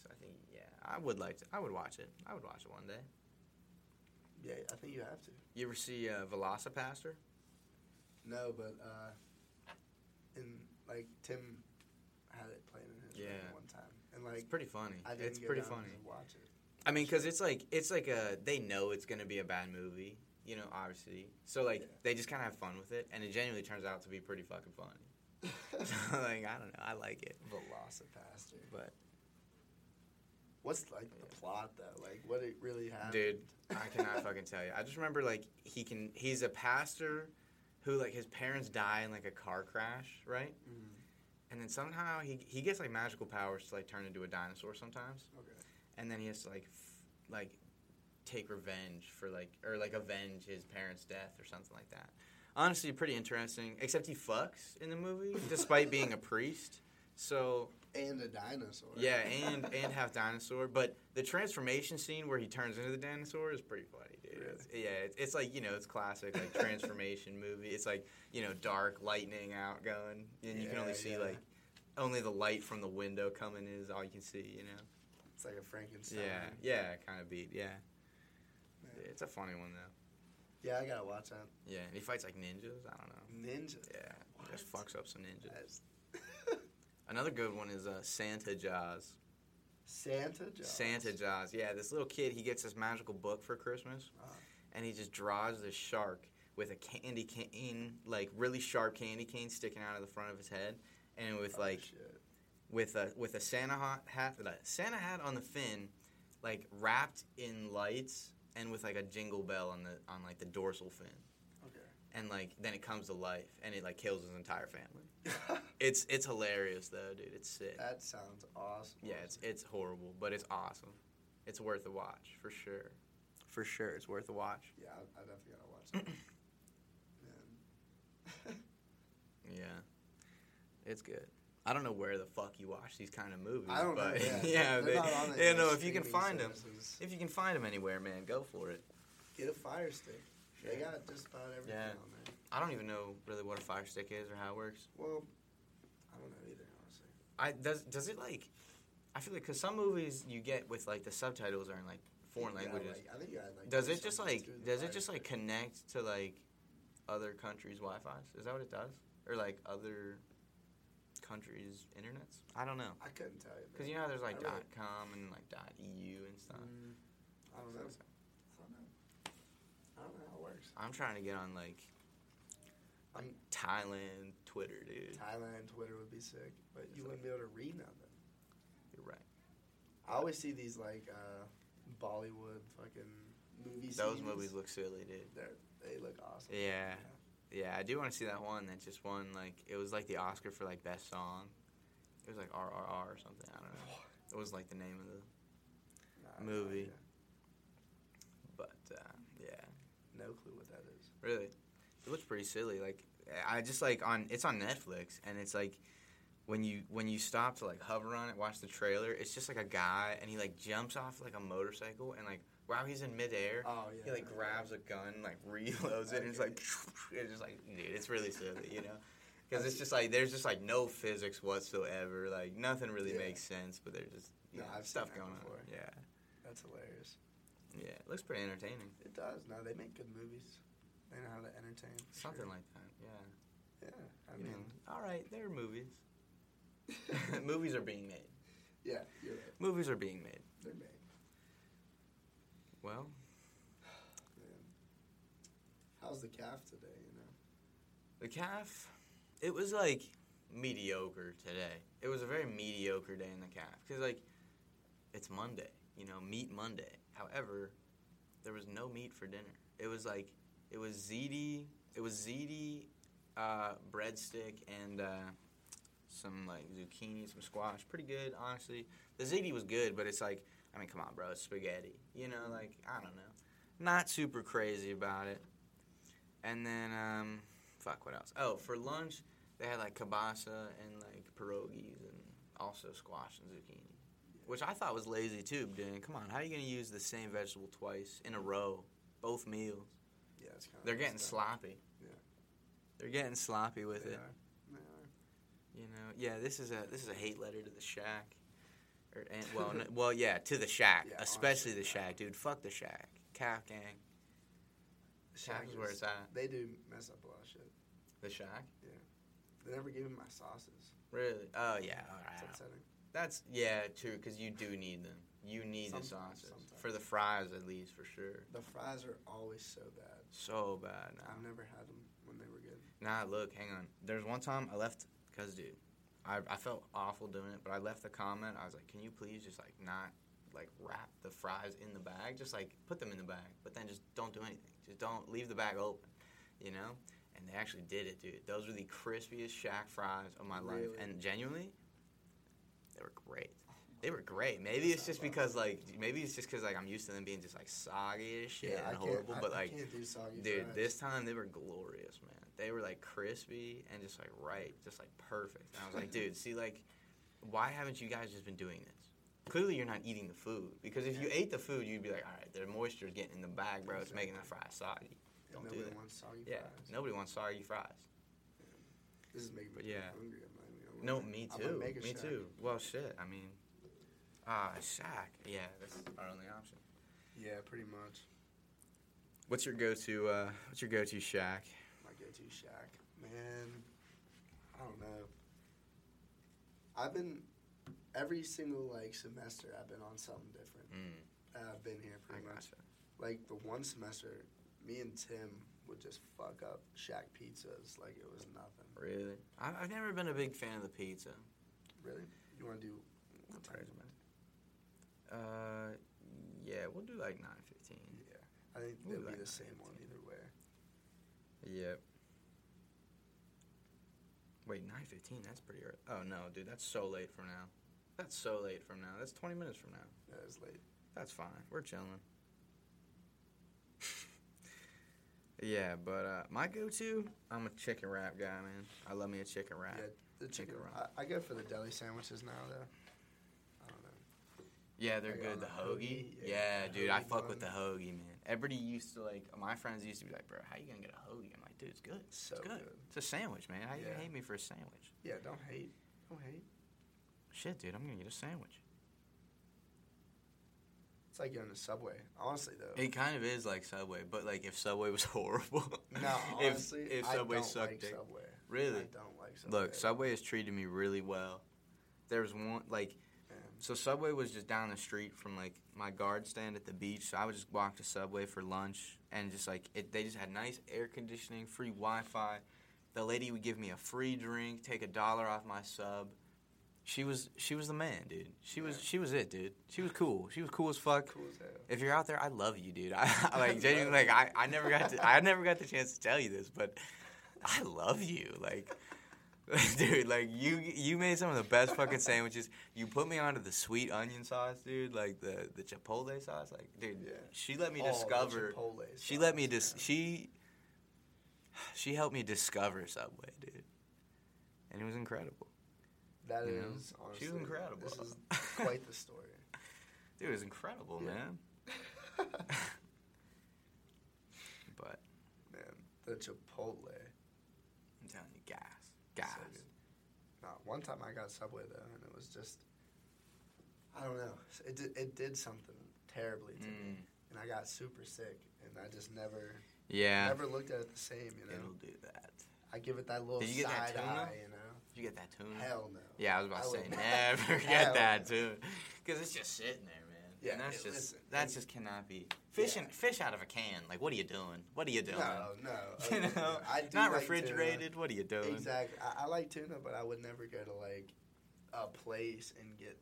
So I think yeah, I would like to. I would watch it. I would watch it one day.
Yeah, I think you have to.
You ever see uh, Velocipaster?
No, but uh, and like Tim had it playing in his room
Yeah.
one time, and
It's
like
pretty funny.
I didn't
It's
go
pretty
down
funny.
to watch it.
I mean, because it's like it's like a they know it's gonna be a bad movie, you know, obviously. So like
Yeah.
they just kind of have fun with it, and it genuinely turns out to be pretty fucking funny. so like I don't know, I like it,
Velocipaster.
but
What's like the plot though? Like what it really happened?
dude, I cannot fucking tell you. I just remember like he can he's a pastor who like his parents die in like a car crash, right?
Mhm.
And then somehow he he gets like magical powers to like turn into a dinosaur sometimes.
Okay.
and then he has to like f- like take revenge for like or like avenge his parents' death or something like that. Honestly, pretty interesting. Except he fucks in the movie, despite being a priest. So
And a dinosaur.
yeah, and and half dinosaur. But the transformation scene where he turns into the dinosaur is pretty funny, dude. It's, yeah, it's, it's like you know, it's classic like transformation movie. It's like you know, dark lightning out going, and you can only
Yeah,
see
yeah.
like only the light from the window coming is all you can see, you know.
It's like a Frankenstein.
Yeah, yeah, kind of beat. Yeah.
Yeah.
it's a funny one though.
Yeah, I gotta watch that.
Yeah, and he fights like ninjas. I don't know.
Ninja.
Yeah, just
What?
fucks up some ninjas.
That's-
Another good one is uh, Santa Jaws.
Santa Jaws.
Santa Jaws. Yeah, this little kid he gets this magical book for Christmas,
Uh-huh.
and he just draws this shark with a candy cane, like really sharp candy cane sticking out of the front of his head, and with
Oh,
like
shit.
with a with a Santa hat, hat uh, Santa hat on the fin, like wrapped in lights, and with like a jingle bell on the on like the dorsal fin.
Okay.
and like then it comes to life and it like kills his entire family. It's it's hilarious though, dude. It's sick.
that sounds awesome.
Yeah, it's it's horrible, but it's awesome. It's worth a watch for sure. For sure, it's worth a watch.
Yeah, I, I definitely gotta watch that. Man.
Yeah, it's good. I don't know where the fuck you watch these kind of movies,
I don't
but
know. Yeah,
yeah,
they're
they,
not on any
you
of
know
the
if you can
streaming
find them,
services.
if you can find them anywhere, man, go for it.
Get a fire stick. They
Yeah.
got just about everything
Yeah.
on there.
I don't even know really what a fire stick is or how it works.
Well, I don't know either, honestly.
I does does it like? I feel like because some movies you get with like the subtitles are in like foreign
You gotta,
languages.
like- I think you gotta, like,
Does
do
it just
something
like
through the
does
fire
it just like
stick.
connect to like other countries' Wi-Fi's? Is that what it does? Or like other countries' internets? I don't know.
I couldn't tell you.
Cause you know how there's like
I really-
dot .com and like dot .eu and stuff.
Mm, I don't know.
So- so
I don't know. I don't know how it works.
I'm trying to get on like, like
I'm-
Thailand Twitter, dude.
Thailand Twitter would be sick, but
It's
you
like-
wouldn't be able to read nothing.
You're right.
I always see these like uh, Bollywood fucking movie
Those
scenes.
movies look silly, dude.
They're, they look awesome.
Yeah. Yeah, I do want to see that one that just won like it was like the Oscar for like best song. It was like RRR or something. I don't know. It was like the name of the
Nah, I have no
Movie.
idea.
but uh, yeah.
No clue what that is.
Really? It looks pretty silly. Like I just like on it's on Netflix and it's like when you when you stop to like hover on it, watch the trailer, it's just like a guy and he like jumps off like a motorcycle and like while he's in midair,
Oh yeah.
he like grabs a gun, like reloads it, and it's like it's just like dude, it's really silly, you know. Because it's just like there's just like no physics whatsoever, like nothing really
Yeah.
makes sense, but there's just you
No,
know,
I've seen
stuff
that
going
before.
on. Yeah,
That's hilarious.
yeah, it looks pretty entertaining,
It does. No, they make good movies. They know how to entertain. for
something
sure.
like that.
Yeah.
Yeah,
I
you
mean.
know, all right, there are movies. movies are being made.
yeah. You're right.
Movies are being made.
They're made.
Well,
Man. How's the calf today? You know.
the calf, it was like mediocre today. It was a very mediocre day in the calf because like it's Monday, you know, meat Monday. However, there was no meat for dinner. It was like it was ziti, it was ziti, uh, breadstick and uh, some like zucchini, some squash. Pretty good, honestly. The ziti was good, but it's like I mean, come on, bro, it's spaghetti. You know, like I don't know, not super crazy about it. And then um, fuck, what else? Oh, for lunch they had like kielbasa and like pierogies and also squash and zucchini.
Yeah.
which I thought was lazy too. Dude, come on, how are you gonna use the same vegetable twice in a row, both meals?
Yeah, it's kind of.
They're getting sloppy.
Yeah.
They're getting sloppy with
They
it.
are. They are.
You know, yeah, this is a this is a hate letter to the Shack, or and, well, n well, yeah, to the Shack,
Yeah,
especially the
honestly, yeah.
Shack, dude. Fuck the Shack, Calf Gang. The Shack is where it's at.
They do mess up a lot of shit.
The Shack,
They never give me my sauces.
really? Oh yeah, all
It's
right.
upsetting.
That's yeah, true. Because you do need them. You need the
Some-
sauces
sometimes.
for the fries, at least for sure.
The fries are always so bad.
So bad. Now.
I've never had them when they were good.
Nah, look, hang on. There's one time I left because, dude, I, I felt awful doing it, but I left the comment. I was like, can you please just, like, not, like, wrap the fries in the bag? Just, like, put them in the bag, but then just don't do anything. Just don't leave the bag open, you know? And they actually did it, dude. Those were the crispiest shack fries of my life.
Really?
And genuinely, they were great. They were great. Maybe it's just because, like, maybe it's just because, like, I'm used to them being just, like, soggy as shit
I can't-
and horrible,
I-
but,
I
like,
can't do soggy
Dude,
fries.
this time they were glorious, man. They were like crispy and just like ripe, just like perfect. And I was like, dude, see, like, why haven't you guys just been doing this? Clearly, you're not eating the food because if you ate the food, you'd be like, all right, the moisture's getting in the bag, bro. It's making the fries soggy.
And
don't do
nobody
that.
wants soggy
Yeah,
fries.
nobody wants soggy fries.
This is making me
But yeah.
hungry. I'm not even gonna
No,
lie.
me
I'm gonna
too.
make a
Me
shack.
too. Well, shit. I mean, ah, shack. Yeah, that's our only option.
Yeah, pretty much.
What's your go-to? Uh, what's your go-to shack?
My go-to shack, man. I don't know. I've been every single like semester. I've been on something different.
Mm,
Uh, I've been here
I
pretty much.
gotcha.
Like the one semester, me and Tim would just fuck up shack pizzas like it was nothing.
Really? I, I've never been a big fan of the pizza.
Really? You want to do?
I'm tired, man. Uh, yeah, we'll do like nine fifteen.
Yeah. I think
Ooh,
they'll be
like
the same one
9:15.
either way.
Yep. Wait, nine fifteen? That's pretty early. Oh no, dude, that's so late from now. That's so late from now. That's twenty minutes from now.
That is late.
That's fine. We're chilling. yeah, but uh, my go-to, I'm a chicken wrap guy, man. I love me a chicken wrap.
Yeah, the chicken.
around.
I, I go for the deli sandwiches now though. I don't know.
Yeah, they're
Like on
good.
the
The hoagie.
hoagie,
Yeah,
yeah,
dude, I
hoagie
fuck with the
bun.
hoagie, man. Everybody used to like. My friends used to be like, "Bro, how you gonna get a hoagie?" I'm like, "Dude, it's good. It's
So
good.
good.
It's a sandwich, man. How you
Yeah.
gonna hate me for a sandwich?
Yeah, don't hate. Don't hate.
Shit, dude, I'm gonna get a sandwich."
It's like you're on the subway. Honestly, though.
It kind of is like Subway, but like if Subway was horrible.
no,
if,
honestly,
if
I
Subway
don't
sucked
like
dick.
Subway.
Really?
I don't like Subway.
Look, Subway has treated me really well. There was one like
Man,
So Subway was just down the street from like my guard stand at the beach. So I would just walk to Subway for lunch and just like it, they just had nice air conditioning, free Wi-Fi. The lady would give me a free drink, take a dollar off my sub. She was she was the man, dude. She was
Yeah.
she was it, dude. She was cool. She was cool as fuck.
cool as hell.
If you're out there, I love you, dude. I, I like
love
genuinely like
you.
I, I never got to, I never got the chance to tell you this, but I love you. Like dude, like you you made some of the best fucking sandwiches. You put me onto the sweet onion sauce, dude, like the the chipotle sauce. Like dude,
Yeah.
she let me
Oh, the
discover
Chipotle
she let me
sauce,
dis
man.
she she helped me discover Subway, dude. And it was incredible.
That is
you know,
honestly.
she was Mm-hmm. incredible.
This is quite the story.
Dude, it was incredible,
Yeah.
man. But
Man, the Chipotle.
I'm telling you, gas. Gas.
So good. Nah, one time I got Subway though, and it was just, I don't know. It did, it did something terribly
Mm.
to me, and I got super sick, and I just never
Yeah.
never looked at it the same. You know,
It'll do that.
I give it that little
Did you get Mm. that
side
tuna?
eye. You know,
Did you get that tune?
hell no.
Yeah, I was about to
I
say
would-
never
Hell
get that tune because it's just sitting there, man. Yeah,
Yeah,
and that's
it-
just
listen,
that
it-
just cannot be fish
Yeah.
in, fish out of a can. Like, what are you doing? What are you doing?
No, no.
you
okay,
know,
no. I do
not
like
refrigerated. What are you
Tuna.
doing?
Exactly. I, I like tuna, but I would never go to like a place and get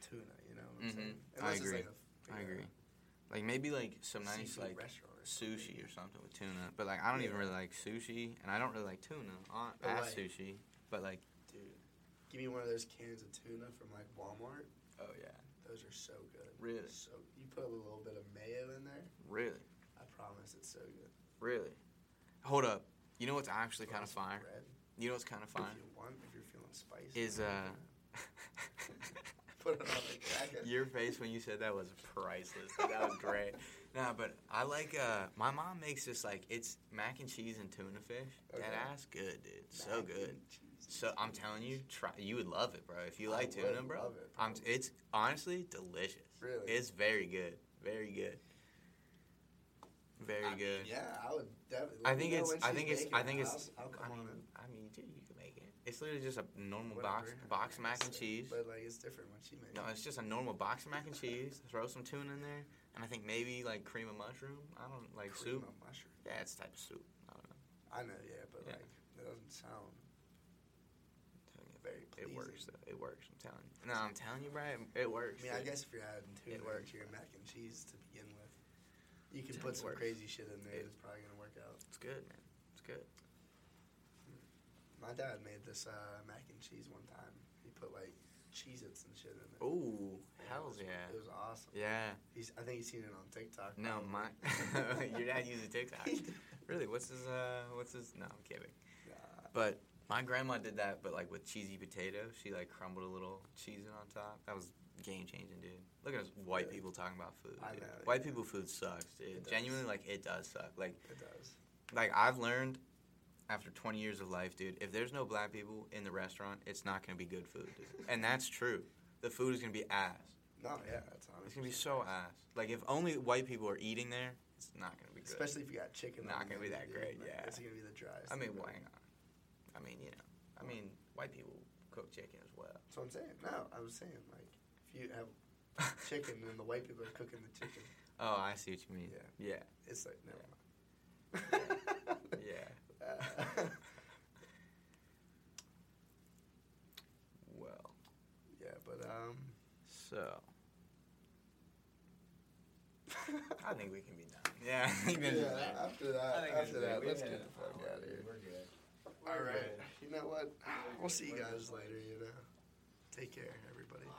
tuna. You know what I'm
Mhm.
saying?
I
Unless it's,
agree.
like, a-
I
like a
agree. Like maybe like some nice
seafood
like
restaurant or something.
sushi or something with tuna, but like I don't even
Yeah.
really like sushi, and I don't really like tuna on
But,
at
like-
sushi. But like,
Dude, give me one of those cans of tuna from like Walmart.
oh yeah,
Those are so good.
Really?
So you put a little bit of mayo in there.
really,
I promise it's so good.
really. Hold up. You know what's actually kind of
Throw some
fire?
bread
You know what's kind of fire? uh,
If you want, if you're feeling spicy.
Is, uh,
put it on the jacket.
Your face when you said that was priceless. That was great. Nah, but I like uh my mom makes this like it's mac and cheese and tuna fish. That
Okay.
ass good, dude. So
Mac
good.
and cheese.
So I'm telling you, try you would love it, bro. If you
I
like
would
tuna, bro.
love it,
I'm it's honestly delicious.
Really?
It's very good. Very good. Very
I mean,
good.
yeah, I would definitely.
I
let me
think
know
it's.
when
I
she's
think it's.
making
I
it.
think it's.
I'll, I'll
I
come
mean,
on in.
I mean, dude, you can make it. It's literally just a normal
Whatever.
box box mac and
So-
cheese.
But like, it's uh, different when she makes.
No, it's just a normal box of mac and cheese. Throw some tuna in there, and I think maybe like cream of mushroom. I don't like
cream
soup.
of mushroom.
Yeah, it's type of soup. I don't know.
I know, yeah, but
Yeah.
like, that doesn't sound.
I'm telling you,
Very
it works.
pleasing.
Though. It works. I'm telling you. No, I'm telling you, Brian. It
I
works.
mean, I
dude.
guess if you're adding
It
tuna
works,
to your mac and cheese to begin with, you can
It
put some
works.
crazy shit in there.
It-
It's probably gonna work out.
it's good, man. It's good.
My dad made this uh, mac and cheese one time. He put like Cheez-Its and shit in it.
Ooh,
And it
Oh, hell
was-
yeah.
It was awesome.
Yeah.
He's, I think he's seen it on TikTok.
No,
probably.
my your dad uses TikTok. Really? What's his? Uh, what's his? No, I'm kidding.
Nah,
But my grandma did that, but like with cheesy potato, she like crumbled a little cheese in on top. That was game changing, dude. Look at us white
Yeah.
people talking about food.
I
dude.
know,
white
yeah.
people food sucks, dude.
It does.
Genuinely, like it does suck. Like
it does.
like I've learned after 20 years of life, dude. If there's no black people in the restaurant, it's not gonna be good food, dude. and that's true. The food is gonna be ass.
No, yeah, it's honest.
It's gonna be so ass. Like if only white people are eating there, it's not gonna be good.
Especially if you got chicken. on
Not
the
gonna be
menu,
that
dude,
great,
like,
yeah.
It's gonna be the driest.
I mean,
thing
why
ever.
not? I mean, you know, I mean, white people cook chicken as well.
That's what I'm saying. No, I was saying like, if you have chicken and the white people are cooking the chicken,
Oh, I see what you mean. Yeah.
it's like never
Yeah.
mind. Uh,
well,
yeah, but um,
so I think we can be done. Yeah. I think this is
yeah,
it.
after that,
I think this
after
is it.
that,
We
let's
had
get
an
the fuck
hour,
out of here.
dude. We're good.
All right,
good.
you know what? We'll see you
We're good.
guys later. You know, take care, everybody.